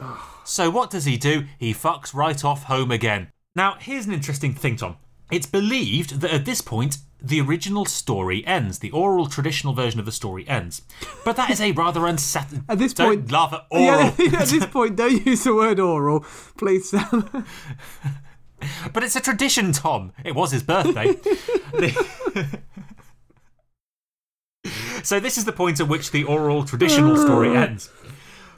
Speaker 1: so what does he do? He fucks right off home again. Now, here's an interesting thing, Tom. It's believed that at this point, the original story ends. The oral traditional version of the story ends. But that is a rather unsettling.
Speaker 2: At this
Speaker 1: Don't
Speaker 2: point-
Speaker 1: laugh at
Speaker 2: Yeah,
Speaker 1: oral.
Speaker 2: at this point, don't use the word oral, please, Sam.
Speaker 1: But it's a tradition, Tom. It was his birthday. The- so this is the point at which the oral traditional story ends.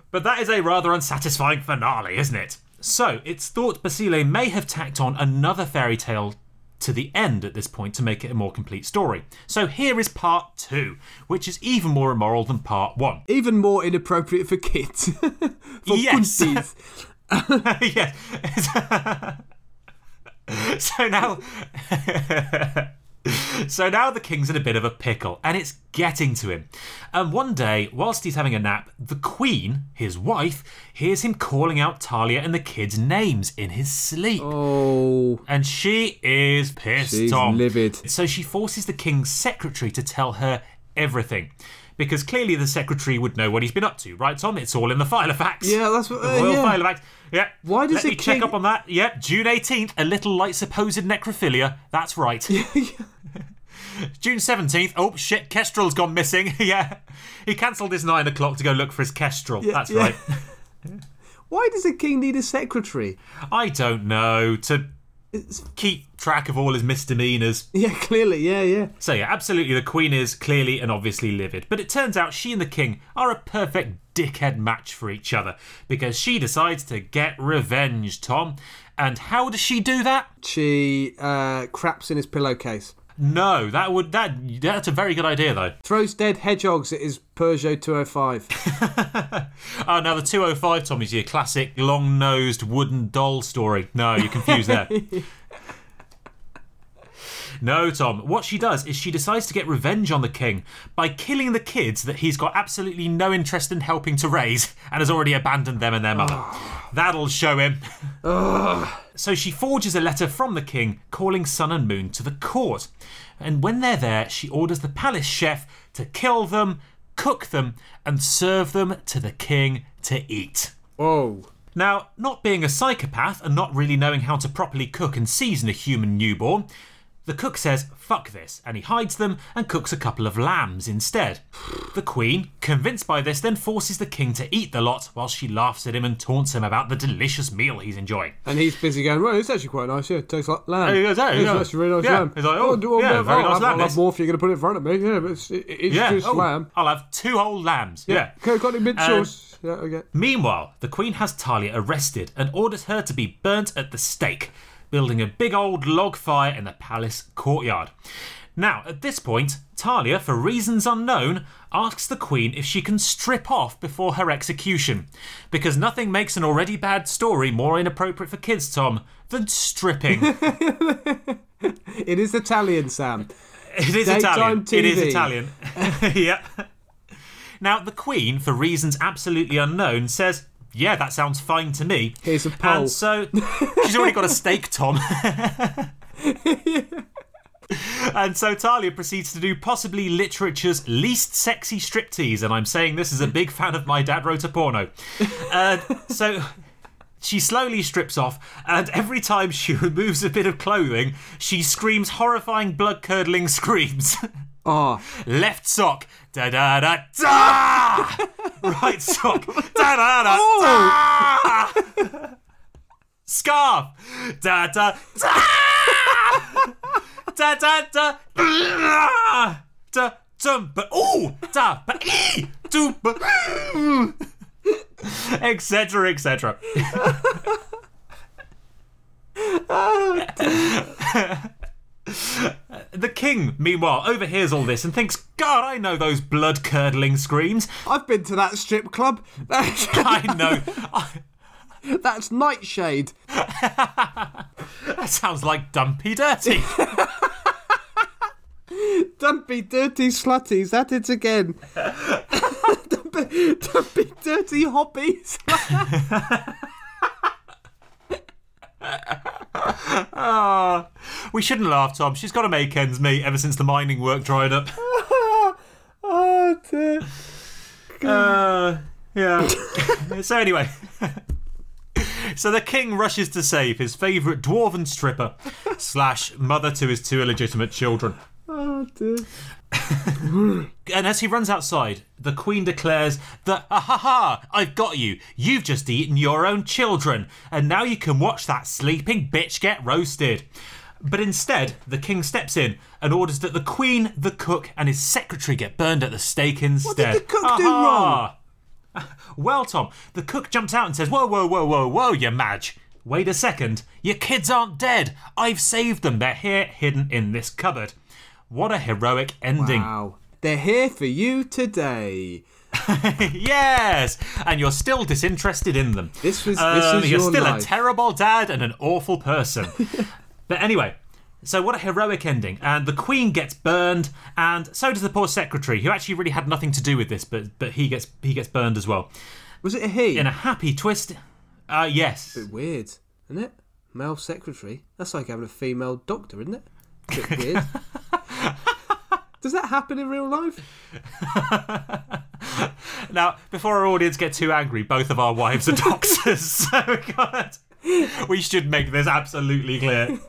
Speaker 1: But that is a rather unsatisfying finale, isn't it? So it's thought Basile may have tacked on another fairy tale to the end at this point to make it a more complete story. So here is part two, which is even more immoral than part one.
Speaker 2: Even more inappropriate for kids. for
Speaker 1: Yes.
Speaker 2: punties.
Speaker 1: yes. so now. So now the king's in a bit of a pickle, and it's getting to him. And one day, whilst he's having a nap, the queen, his wife, hears him calling out Talia and the kids' names in his sleep.
Speaker 2: Oh,
Speaker 1: And she is pissed
Speaker 2: She's
Speaker 1: Tom.
Speaker 2: livid.
Speaker 1: So she forces the king's secretary to tell her everything. Because clearly the secretary would know what he's been up to, right, Tom? It's all in the file of facts.
Speaker 2: Yeah, that's what-
Speaker 1: The
Speaker 2: uh,
Speaker 1: royal
Speaker 2: yeah.
Speaker 1: file of facts. Yeah.
Speaker 2: Why does
Speaker 1: Let
Speaker 2: the
Speaker 1: me check
Speaker 2: king-
Speaker 1: up on that? Yep, June 18th, a little light supposed necrophilia. That's right. June 17th, oh shit, Kestrel's gone missing. yeah. He cancelled his nine o'clock to go look for his Kestrel. That's
Speaker 2: yeah.
Speaker 1: right.
Speaker 2: why does a king need a secretary?
Speaker 1: I don't know. To
Speaker 2: It's,
Speaker 1: keep track of all his misdemeanours.
Speaker 2: yeah, clearly, yeah, yeah.
Speaker 1: So yeah, absolutely, the Queen is clearly and obviously livid. But it turns out she and the King are a perfect dickhead match for each other because she decides to get revenge, Tom. And how does she do that?
Speaker 2: She uh, craps in his pillowcase.
Speaker 1: No, that would that that's a very good idea though.
Speaker 2: Throws dead hedgehogs at his Peugeot 205.
Speaker 1: Oh, now the 205, Tom, is your classic long-nosed wooden doll story. No, you're confused there. No, Tom. What she does is she decides to get revenge on the king by killing the kids that he's got absolutely no interest in helping to raise and has already abandoned them and their mother. That'll show him. so she forges a letter from the king calling Sun and Moon to the court. And when they're there, she orders the palace chef to kill them, cook them, and serve them to the king to eat.
Speaker 2: Whoa.
Speaker 1: Now, not being a psychopath and not really knowing how to properly cook and season a human newborn, the cook says, fuck this, and he hides them and cooks a couple of lambs instead. The queen, convinced by this, then forces the king to eat the lot while she laughs at him and taunts him about the delicious meal he's enjoying.
Speaker 2: And he's busy going, well, it's actually quite nice, yeah. It tastes like lamb.
Speaker 1: he goes, "Oh,
Speaker 2: it's
Speaker 1: yeah."
Speaker 2: actually really nice
Speaker 1: Yeah.
Speaker 2: lamb.
Speaker 1: He's like, "Oh, yeah,
Speaker 2: well,
Speaker 1: very
Speaker 2: I'll
Speaker 1: nice
Speaker 2: have-
Speaker 1: lamb,
Speaker 2: I'll have
Speaker 1: this."
Speaker 2: more if you're going to put it in front of me. Yeah, but it's, it- it's just
Speaker 1: oh,
Speaker 2: lamb.
Speaker 1: I'll have two whole lambs. Yeah.
Speaker 2: Can I got any mid
Speaker 1: Um,
Speaker 2: sauce? yeah, okay.
Speaker 1: Meanwhile, the Queen has Talia arrested and orders her to be burnt at the stake, building a big old log fire in the palace courtyard. Now, at this point, Talia, for reasons unknown, asks the Queen if she can strip off before her execution, because nothing makes an already bad story more inappropriate for kids, Tom, than stripping.
Speaker 2: It is Italian, Sam.
Speaker 1: It is
Speaker 2: Daytime
Speaker 1: Italian. It is
Speaker 2: TV.
Speaker 1: Italian. yeah. Now, the Queen, for reasons absolutely unknown, says, Yeah, that sounds fine to me.
Speaker 2: Here's a poll.
Speaker 1: And so she's already got a steak, Tom. And so Talia proceeds to do possibly literature's least sexy striptease, and I'm saying this as a big fan of my dad wrote a porno. Uh, so she slowly strips off, and every time she removes a bit of clothing, she screams horrifying, blood curdling screams.
Speaker 2: Ah,
Speaker 1: Left sock, da da da da. Right sock, da da da da. Scarf, da da da. Da da da da. Da dum but ooh da but ee do but etc etc. The king, meanwhile, overhears all this and thinks, God, I know those blood curdling screams.
Speaker 2: I've been to that strip club. That's,
Speaker 1: I know. Oh, I-
Speaker 2: that's Nightshade.
Speaker 1: that sounds like Dumpy Dirty.
Speaker 2: Don't be dirty slutties at it again. don't, be, don't be dirty hobbies.
Speaker 1: Ah, we shouldn't laugh, Tom. She's got to make ends meet ever since the mining work dried up.
Speaker 3: Oh, dear.
Speaker 1: Uh, yeah. so anyway, so the king rushes to save his favourite dwarven stripper slash mother to his two illegitimate children.
Speaker 3: Oh, dear.
Speaker 1: And as he runs outside, the queen declares that, ah, ha ha, I've got you. You've just eaten your own children, and now you can watch that sleeping bitch get roasted. But instead, the king steps in and orders that the queen, the cook, and his secretary get burned at the stake instead.
Speaker 2: did the cook do
Speaker 1: Ah-ha. Well, Tom, the cook jumps out and says, Whoa, whoa, whoa, whoa, whoa, you madge. Wait a second. Your kids aren't dead. I've saved them. They're here, hidden in this cupboard. What a heroic ending.
Speaker 2: Wow. They're here for you today.
Speaker 1: yes, and you're still disinterested in them.
Speaker 2: This was- this
Speaker 1: Um,
Speaker 2: is
Speaker 1: you're
Speaker 2: your
Speaker 1: still
Speaker 2: life.
Speaker 1: a terrible dad and an awful person. but anyway, so what a heroic ending! And the queen gets burned, and so does the poor secretary, who actually really had nothing to do with this, but but he gets he gets burned as well.
Speaker 2: Was it a he?
Speaker 1: In a happy twist, uh, yes,
Speaker 2: Weird, isn't it? Male secretary. That's like having a female doctor, isn't it? Bit weird. Does that happen in real life?
Speaker 1: Now, before our audience get too angry, both of our wives are doctors, so we can't- we should make this absolutely clear.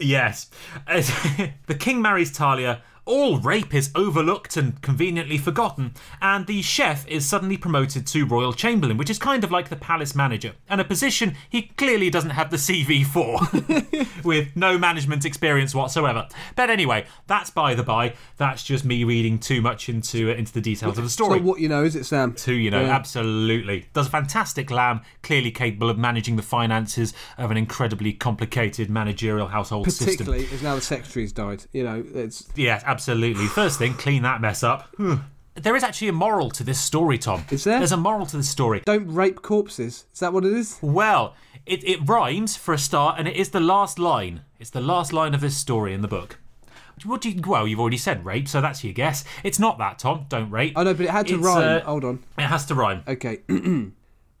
Speaker 1: yes. Uh, the king marries Talia. All rape is overlooked and conveniently forgotten, and the chef is suddenly promoted to royal chamberlain, which is kind of like the palace manager, and a position he clearly doesn't have the CV for, with no management experience whatsoever. But anyway, that's by the by. That's just me reading too much into uh, into the details of the story
Speaker 2: But what you know is it, Sam?
Speaker 1: too, you know,
Speaker 2: Yeah.
Speaker 1: absolutely. Does a fantastic lamb, clearly capable of managing the finances of an incredibly complicated managerial household system.
Speaker 2: Particularly is now the secretary's died. You know, it's
Speaker 1: Yes, absolutely. First thing, clean that mess up. there is actually a moral to this story, Tom.
Speaker 2: Is there?
Speaker 1: There's a moral to this story.
Speaker 2: don't rape corpses. Is that what it is?
Speaker 1: Well, it, it rhymes for a start, and it is the last line. It's the last line of this story in the book. What do you, well, you've already said rape, so that's your guess. It's not that, Tom. Don't rape.
Speaker 2: Oh no, but it had to
Speaker 1: It's,
Speaker 2: rhyme.
Speaker 1: uh,
Speaker 2: Hold on.
Speaker 1: It has to rhyme.
Speaker 2: Okay.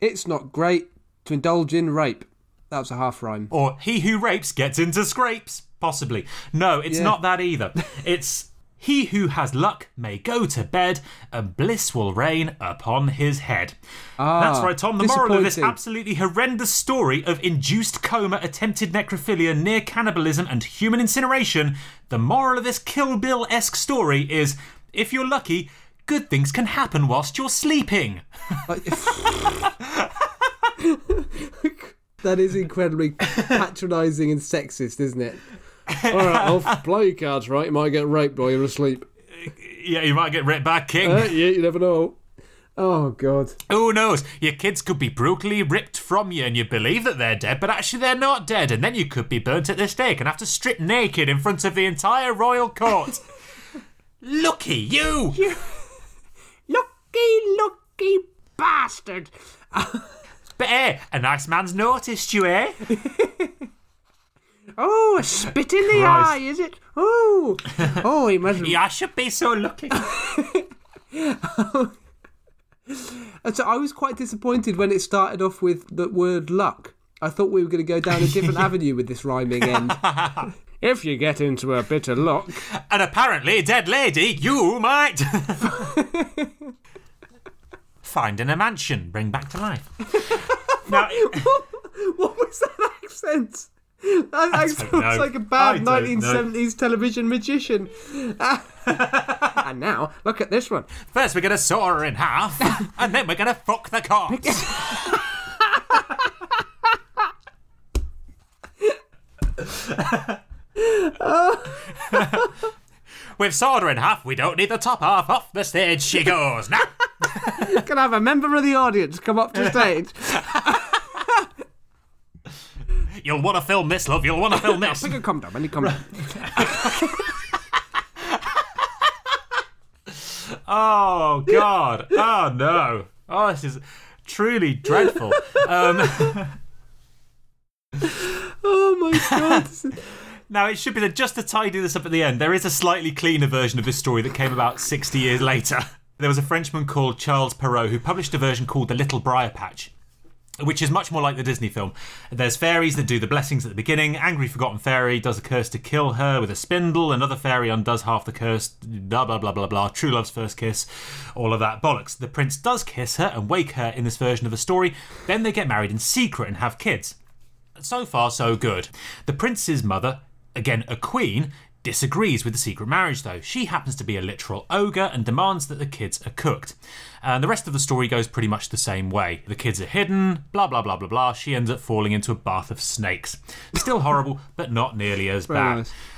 Speaker 2: it's not great to indulge in rape. That was a half rhyme.
Speaker 1: or he who rapes gets into scrapes possibly no it's not that either it's he who has luck may go to bed and bliss will reign upon his head that's right tom the moral of this
Speaker 2: disappointing.
Speaker 1: absolutely horrendous story of induced coma attempted necrophilia near cannibalism and human incineration the moral of this kill bill-esque story is if you're lucky good things can happen whilst you're sleeping
Speaker 2: Like, that is incredibly patronising and sexist, isn't it? All right, I'll play your cards right. You might get raped while you're asleep.
Speaker 1: yeah you might get ripped back king
Speaker 2: Uh, yeah, you never know. Oh God.
Speaker 1: Who knows? Your kids could be brutally ripped from you and you believe that they're dead, but actually they're not dead, and then you could be burnt at the stake and have to strip naked in front of the entire royal court. Lucky you!
Speaker 2: Lucky, lucky bastard.
Speaker 1: But eh, a nice man's noticed you, eh?
Speaker 2: Oh, a spit in the
Speaker 1: Christ.
Speaker 2: eye, is it? Oh, oh, he must.
Speaker 1: Yeah, I should be so lucky.
Speaker 2: And so I was quite disappointed when it started off with the word luck. I thought we were going to go down a different avenue with this rhyming end. if you get into a bit of luck,
Speaker 1: and apparently, dead lady, you might. Find in a mansion, bring back to life. now,
Speaker 2: what was that accent? That accent
Speaker 1: don't
Speaker 2: was
Speaker 1: know.
Speaker 2: like a bad
Speaker 1: I don't know.
Speaker 2: 1970s television magician. and now, look at this one.
Speaker 1: first we're gonna saw her in half, and then we're gonna fuck the corpse. We've sawed her in half. We don't need the top half. Off the stage she goes. Now,
Speaker 2: Can I have a member of the audience come up to stage?
Speaker 1: you'll want to film this, love. You'll want to film this.
Speaker 2: Pick a condom, any condom.
Speaker 1: Oh God! Oh no! Oh, this is truly dreadful. Um,
Speaker 2: oh my god. this is-
Speaker 1: now it should be that just to tidy this up at the end, there is a slightly cleaner version of this story that came about 60 years later. There was a Frenchman called Charles Perrault who published a version called The Little Briar Patch. which is much more like the Disney film. There's fairies that do the blessings at the beginning. Angry Forgotten Fairy does a curse to kill her with a spindle. Another fairy undoes half the curse. Blah, blah, blah, blah, blah. True love's first kiss. All of that bollocks. The prince does kiss her and wake her in this version of the story. Then they get married in secret and have kids. So far, so good. The prince's mother, again a queen, disagrees with the secret marriage though. She happens to be a literal ogre and demands that the kids are cooked. And the rest of the story goes pretty much the same way. The kids are hidden, blah blah blah blah blah. She ends up falling into a bath of snakes. Still horrible, but not nearly as
Speaker 2: Very
Speaker 1: bad.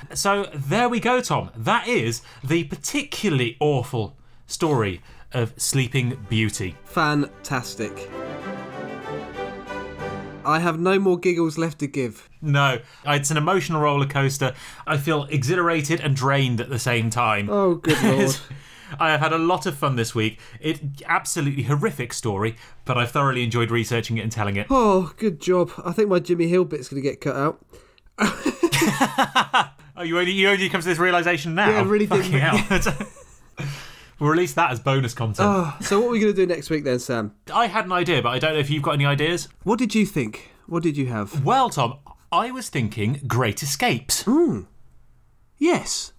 Speaker 2: nice.
Speaker 1: So there we go, Tom. That is the particularly awful story of Sleeping Beauty.
Speaker 2: Fantastic. I have no more giggles left to give.
Speaker 1: No, uh, it's an emotional roller coaster. I feel exhilarated and drained at the same time.
Speaker 2: Oh, good lord.
Speaker 1: I have had a lot of fun this week. It absolutely horrific story, but I've thoroughly enjoyed researching it and telling it.
Speaker 2: oh, good job. I think my Jimmy Hill bit's going to get cut out.
Speaker 1: Oh, you only you only come to this realization now.
Speaker 2: Yeah, I really didn't.
Speaker 1: Fucking hell. we'll release that as bonus content.
Speaker 2: Oh, so, what are we going to do next week then, Sam?
Speaker 1: I had an idea, but I don't know if you've got any ideas.
Speaker 2: What did you think? What did you have?
Speaker 1: Well, Tom, I was thinking Great Escapes.
Speaker 2: Yes,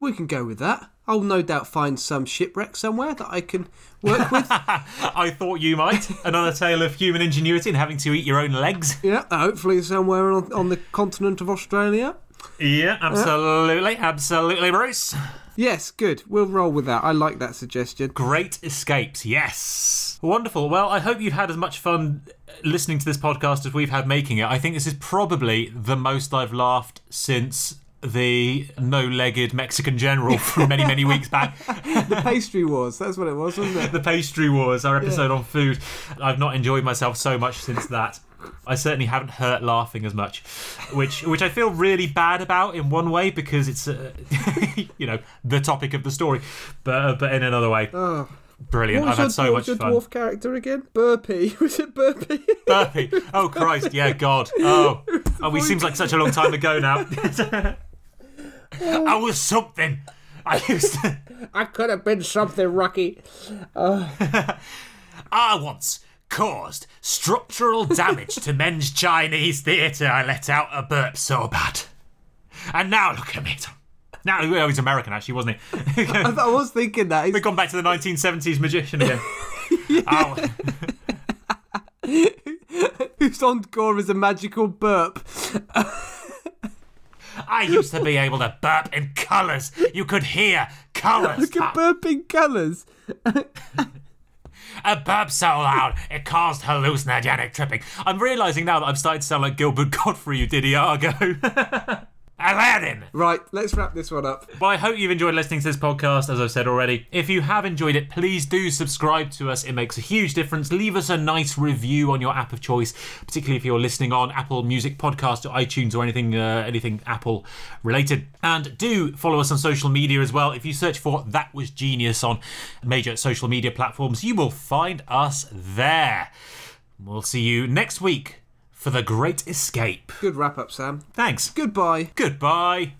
Speaker 2: we can go with that. I'll no doubt find some shipwreck somewhere that I can work with.
Speaker 1: I thought you might. Another tale of human ingenuity and having to eat your own legs.
Speaker 2: yeah, hopefully somewhere on, on the continent of Australia.
Speaker 1: Yeah,
Speaker 2: uh.
Speaker 1: absolutely, absolutely, Bruce.
Speaker 2: Yes, good. We'll roll with that. I like that suggestion.
Speaker 1: Great escapes, yes. Wonderful. Well, I hope you've had as much fun listening to this podcast as we've had making it. I think this is probably the most I've laughed since the no legged Mexican general from many, many weeks back.
Speaker 2: The pastry wars. That's what it was, wasn't it?
Speaker 1: The Pastry Wars, our episode on food. I've not enjoyed myself so much since that. I certainly haven't hurt laughing as much, which which I feel really bad about in one way because it's uh, you know the topic of the story, but uh, but in another way, brilliant. I've
Speaker 2: your,
Speaker 1: had so
Speaker 2: Oh. what was
Speaker 1: much
Speaker 2: your
Speaker 1: fun.
Speaker 2: dwarf character again? Burpee. Was it Burpee?
Speaker 1: Burpee. Oh Christ! Yeah, God. Oh, oh, we seems like such a long time ago now. I was something. I used. To,
Speaker 2: I could have been something, Rocky.
Speaker 1: I once caused structural damage to men's Chinese theatre. I let out a burp so bad, and now look at me. Tom. Now oh, he's American, actually, wasn't he?
Speaker 2: I was thinking that. He's-
Speaker 1: We've gone back to the 1970s magician again. Oh,
Speaker 2: Who's on Gore is a magical burp.
Speaker 1: I used to be able to burp in colours. You could hear colours. Ah,
Speaker 2: Look at burping colours.
Speaker 1: A burp so loud it caused hallucinogenic tripping. I'm realizing now that I'm starting to sound like Gilbert Godfrey, you did Iago. Aladdin!
Speaker 2: Right, let's wrap this one up.
Speaker 1: Well, I hope you've enjoyed listening to this podcast, as I've said already. If you have enjoyed it, please do subscribe to us. It makes a huge difference. Leave us a nice review on your app of choice, particularly if you're listening on Apple Music Podcast or iTunes or anything, uh, anything Apple related. And do follow us on social media as well. If you search for That Was Genius on major social media platforms, you will find us there. We'll see you next week for The Great Escape.
Speaker 2: Good wrap up, Sam.
Speaker 1: Thanks.
Speaker 2: Goodbye.
Speaker 1: Goodbye.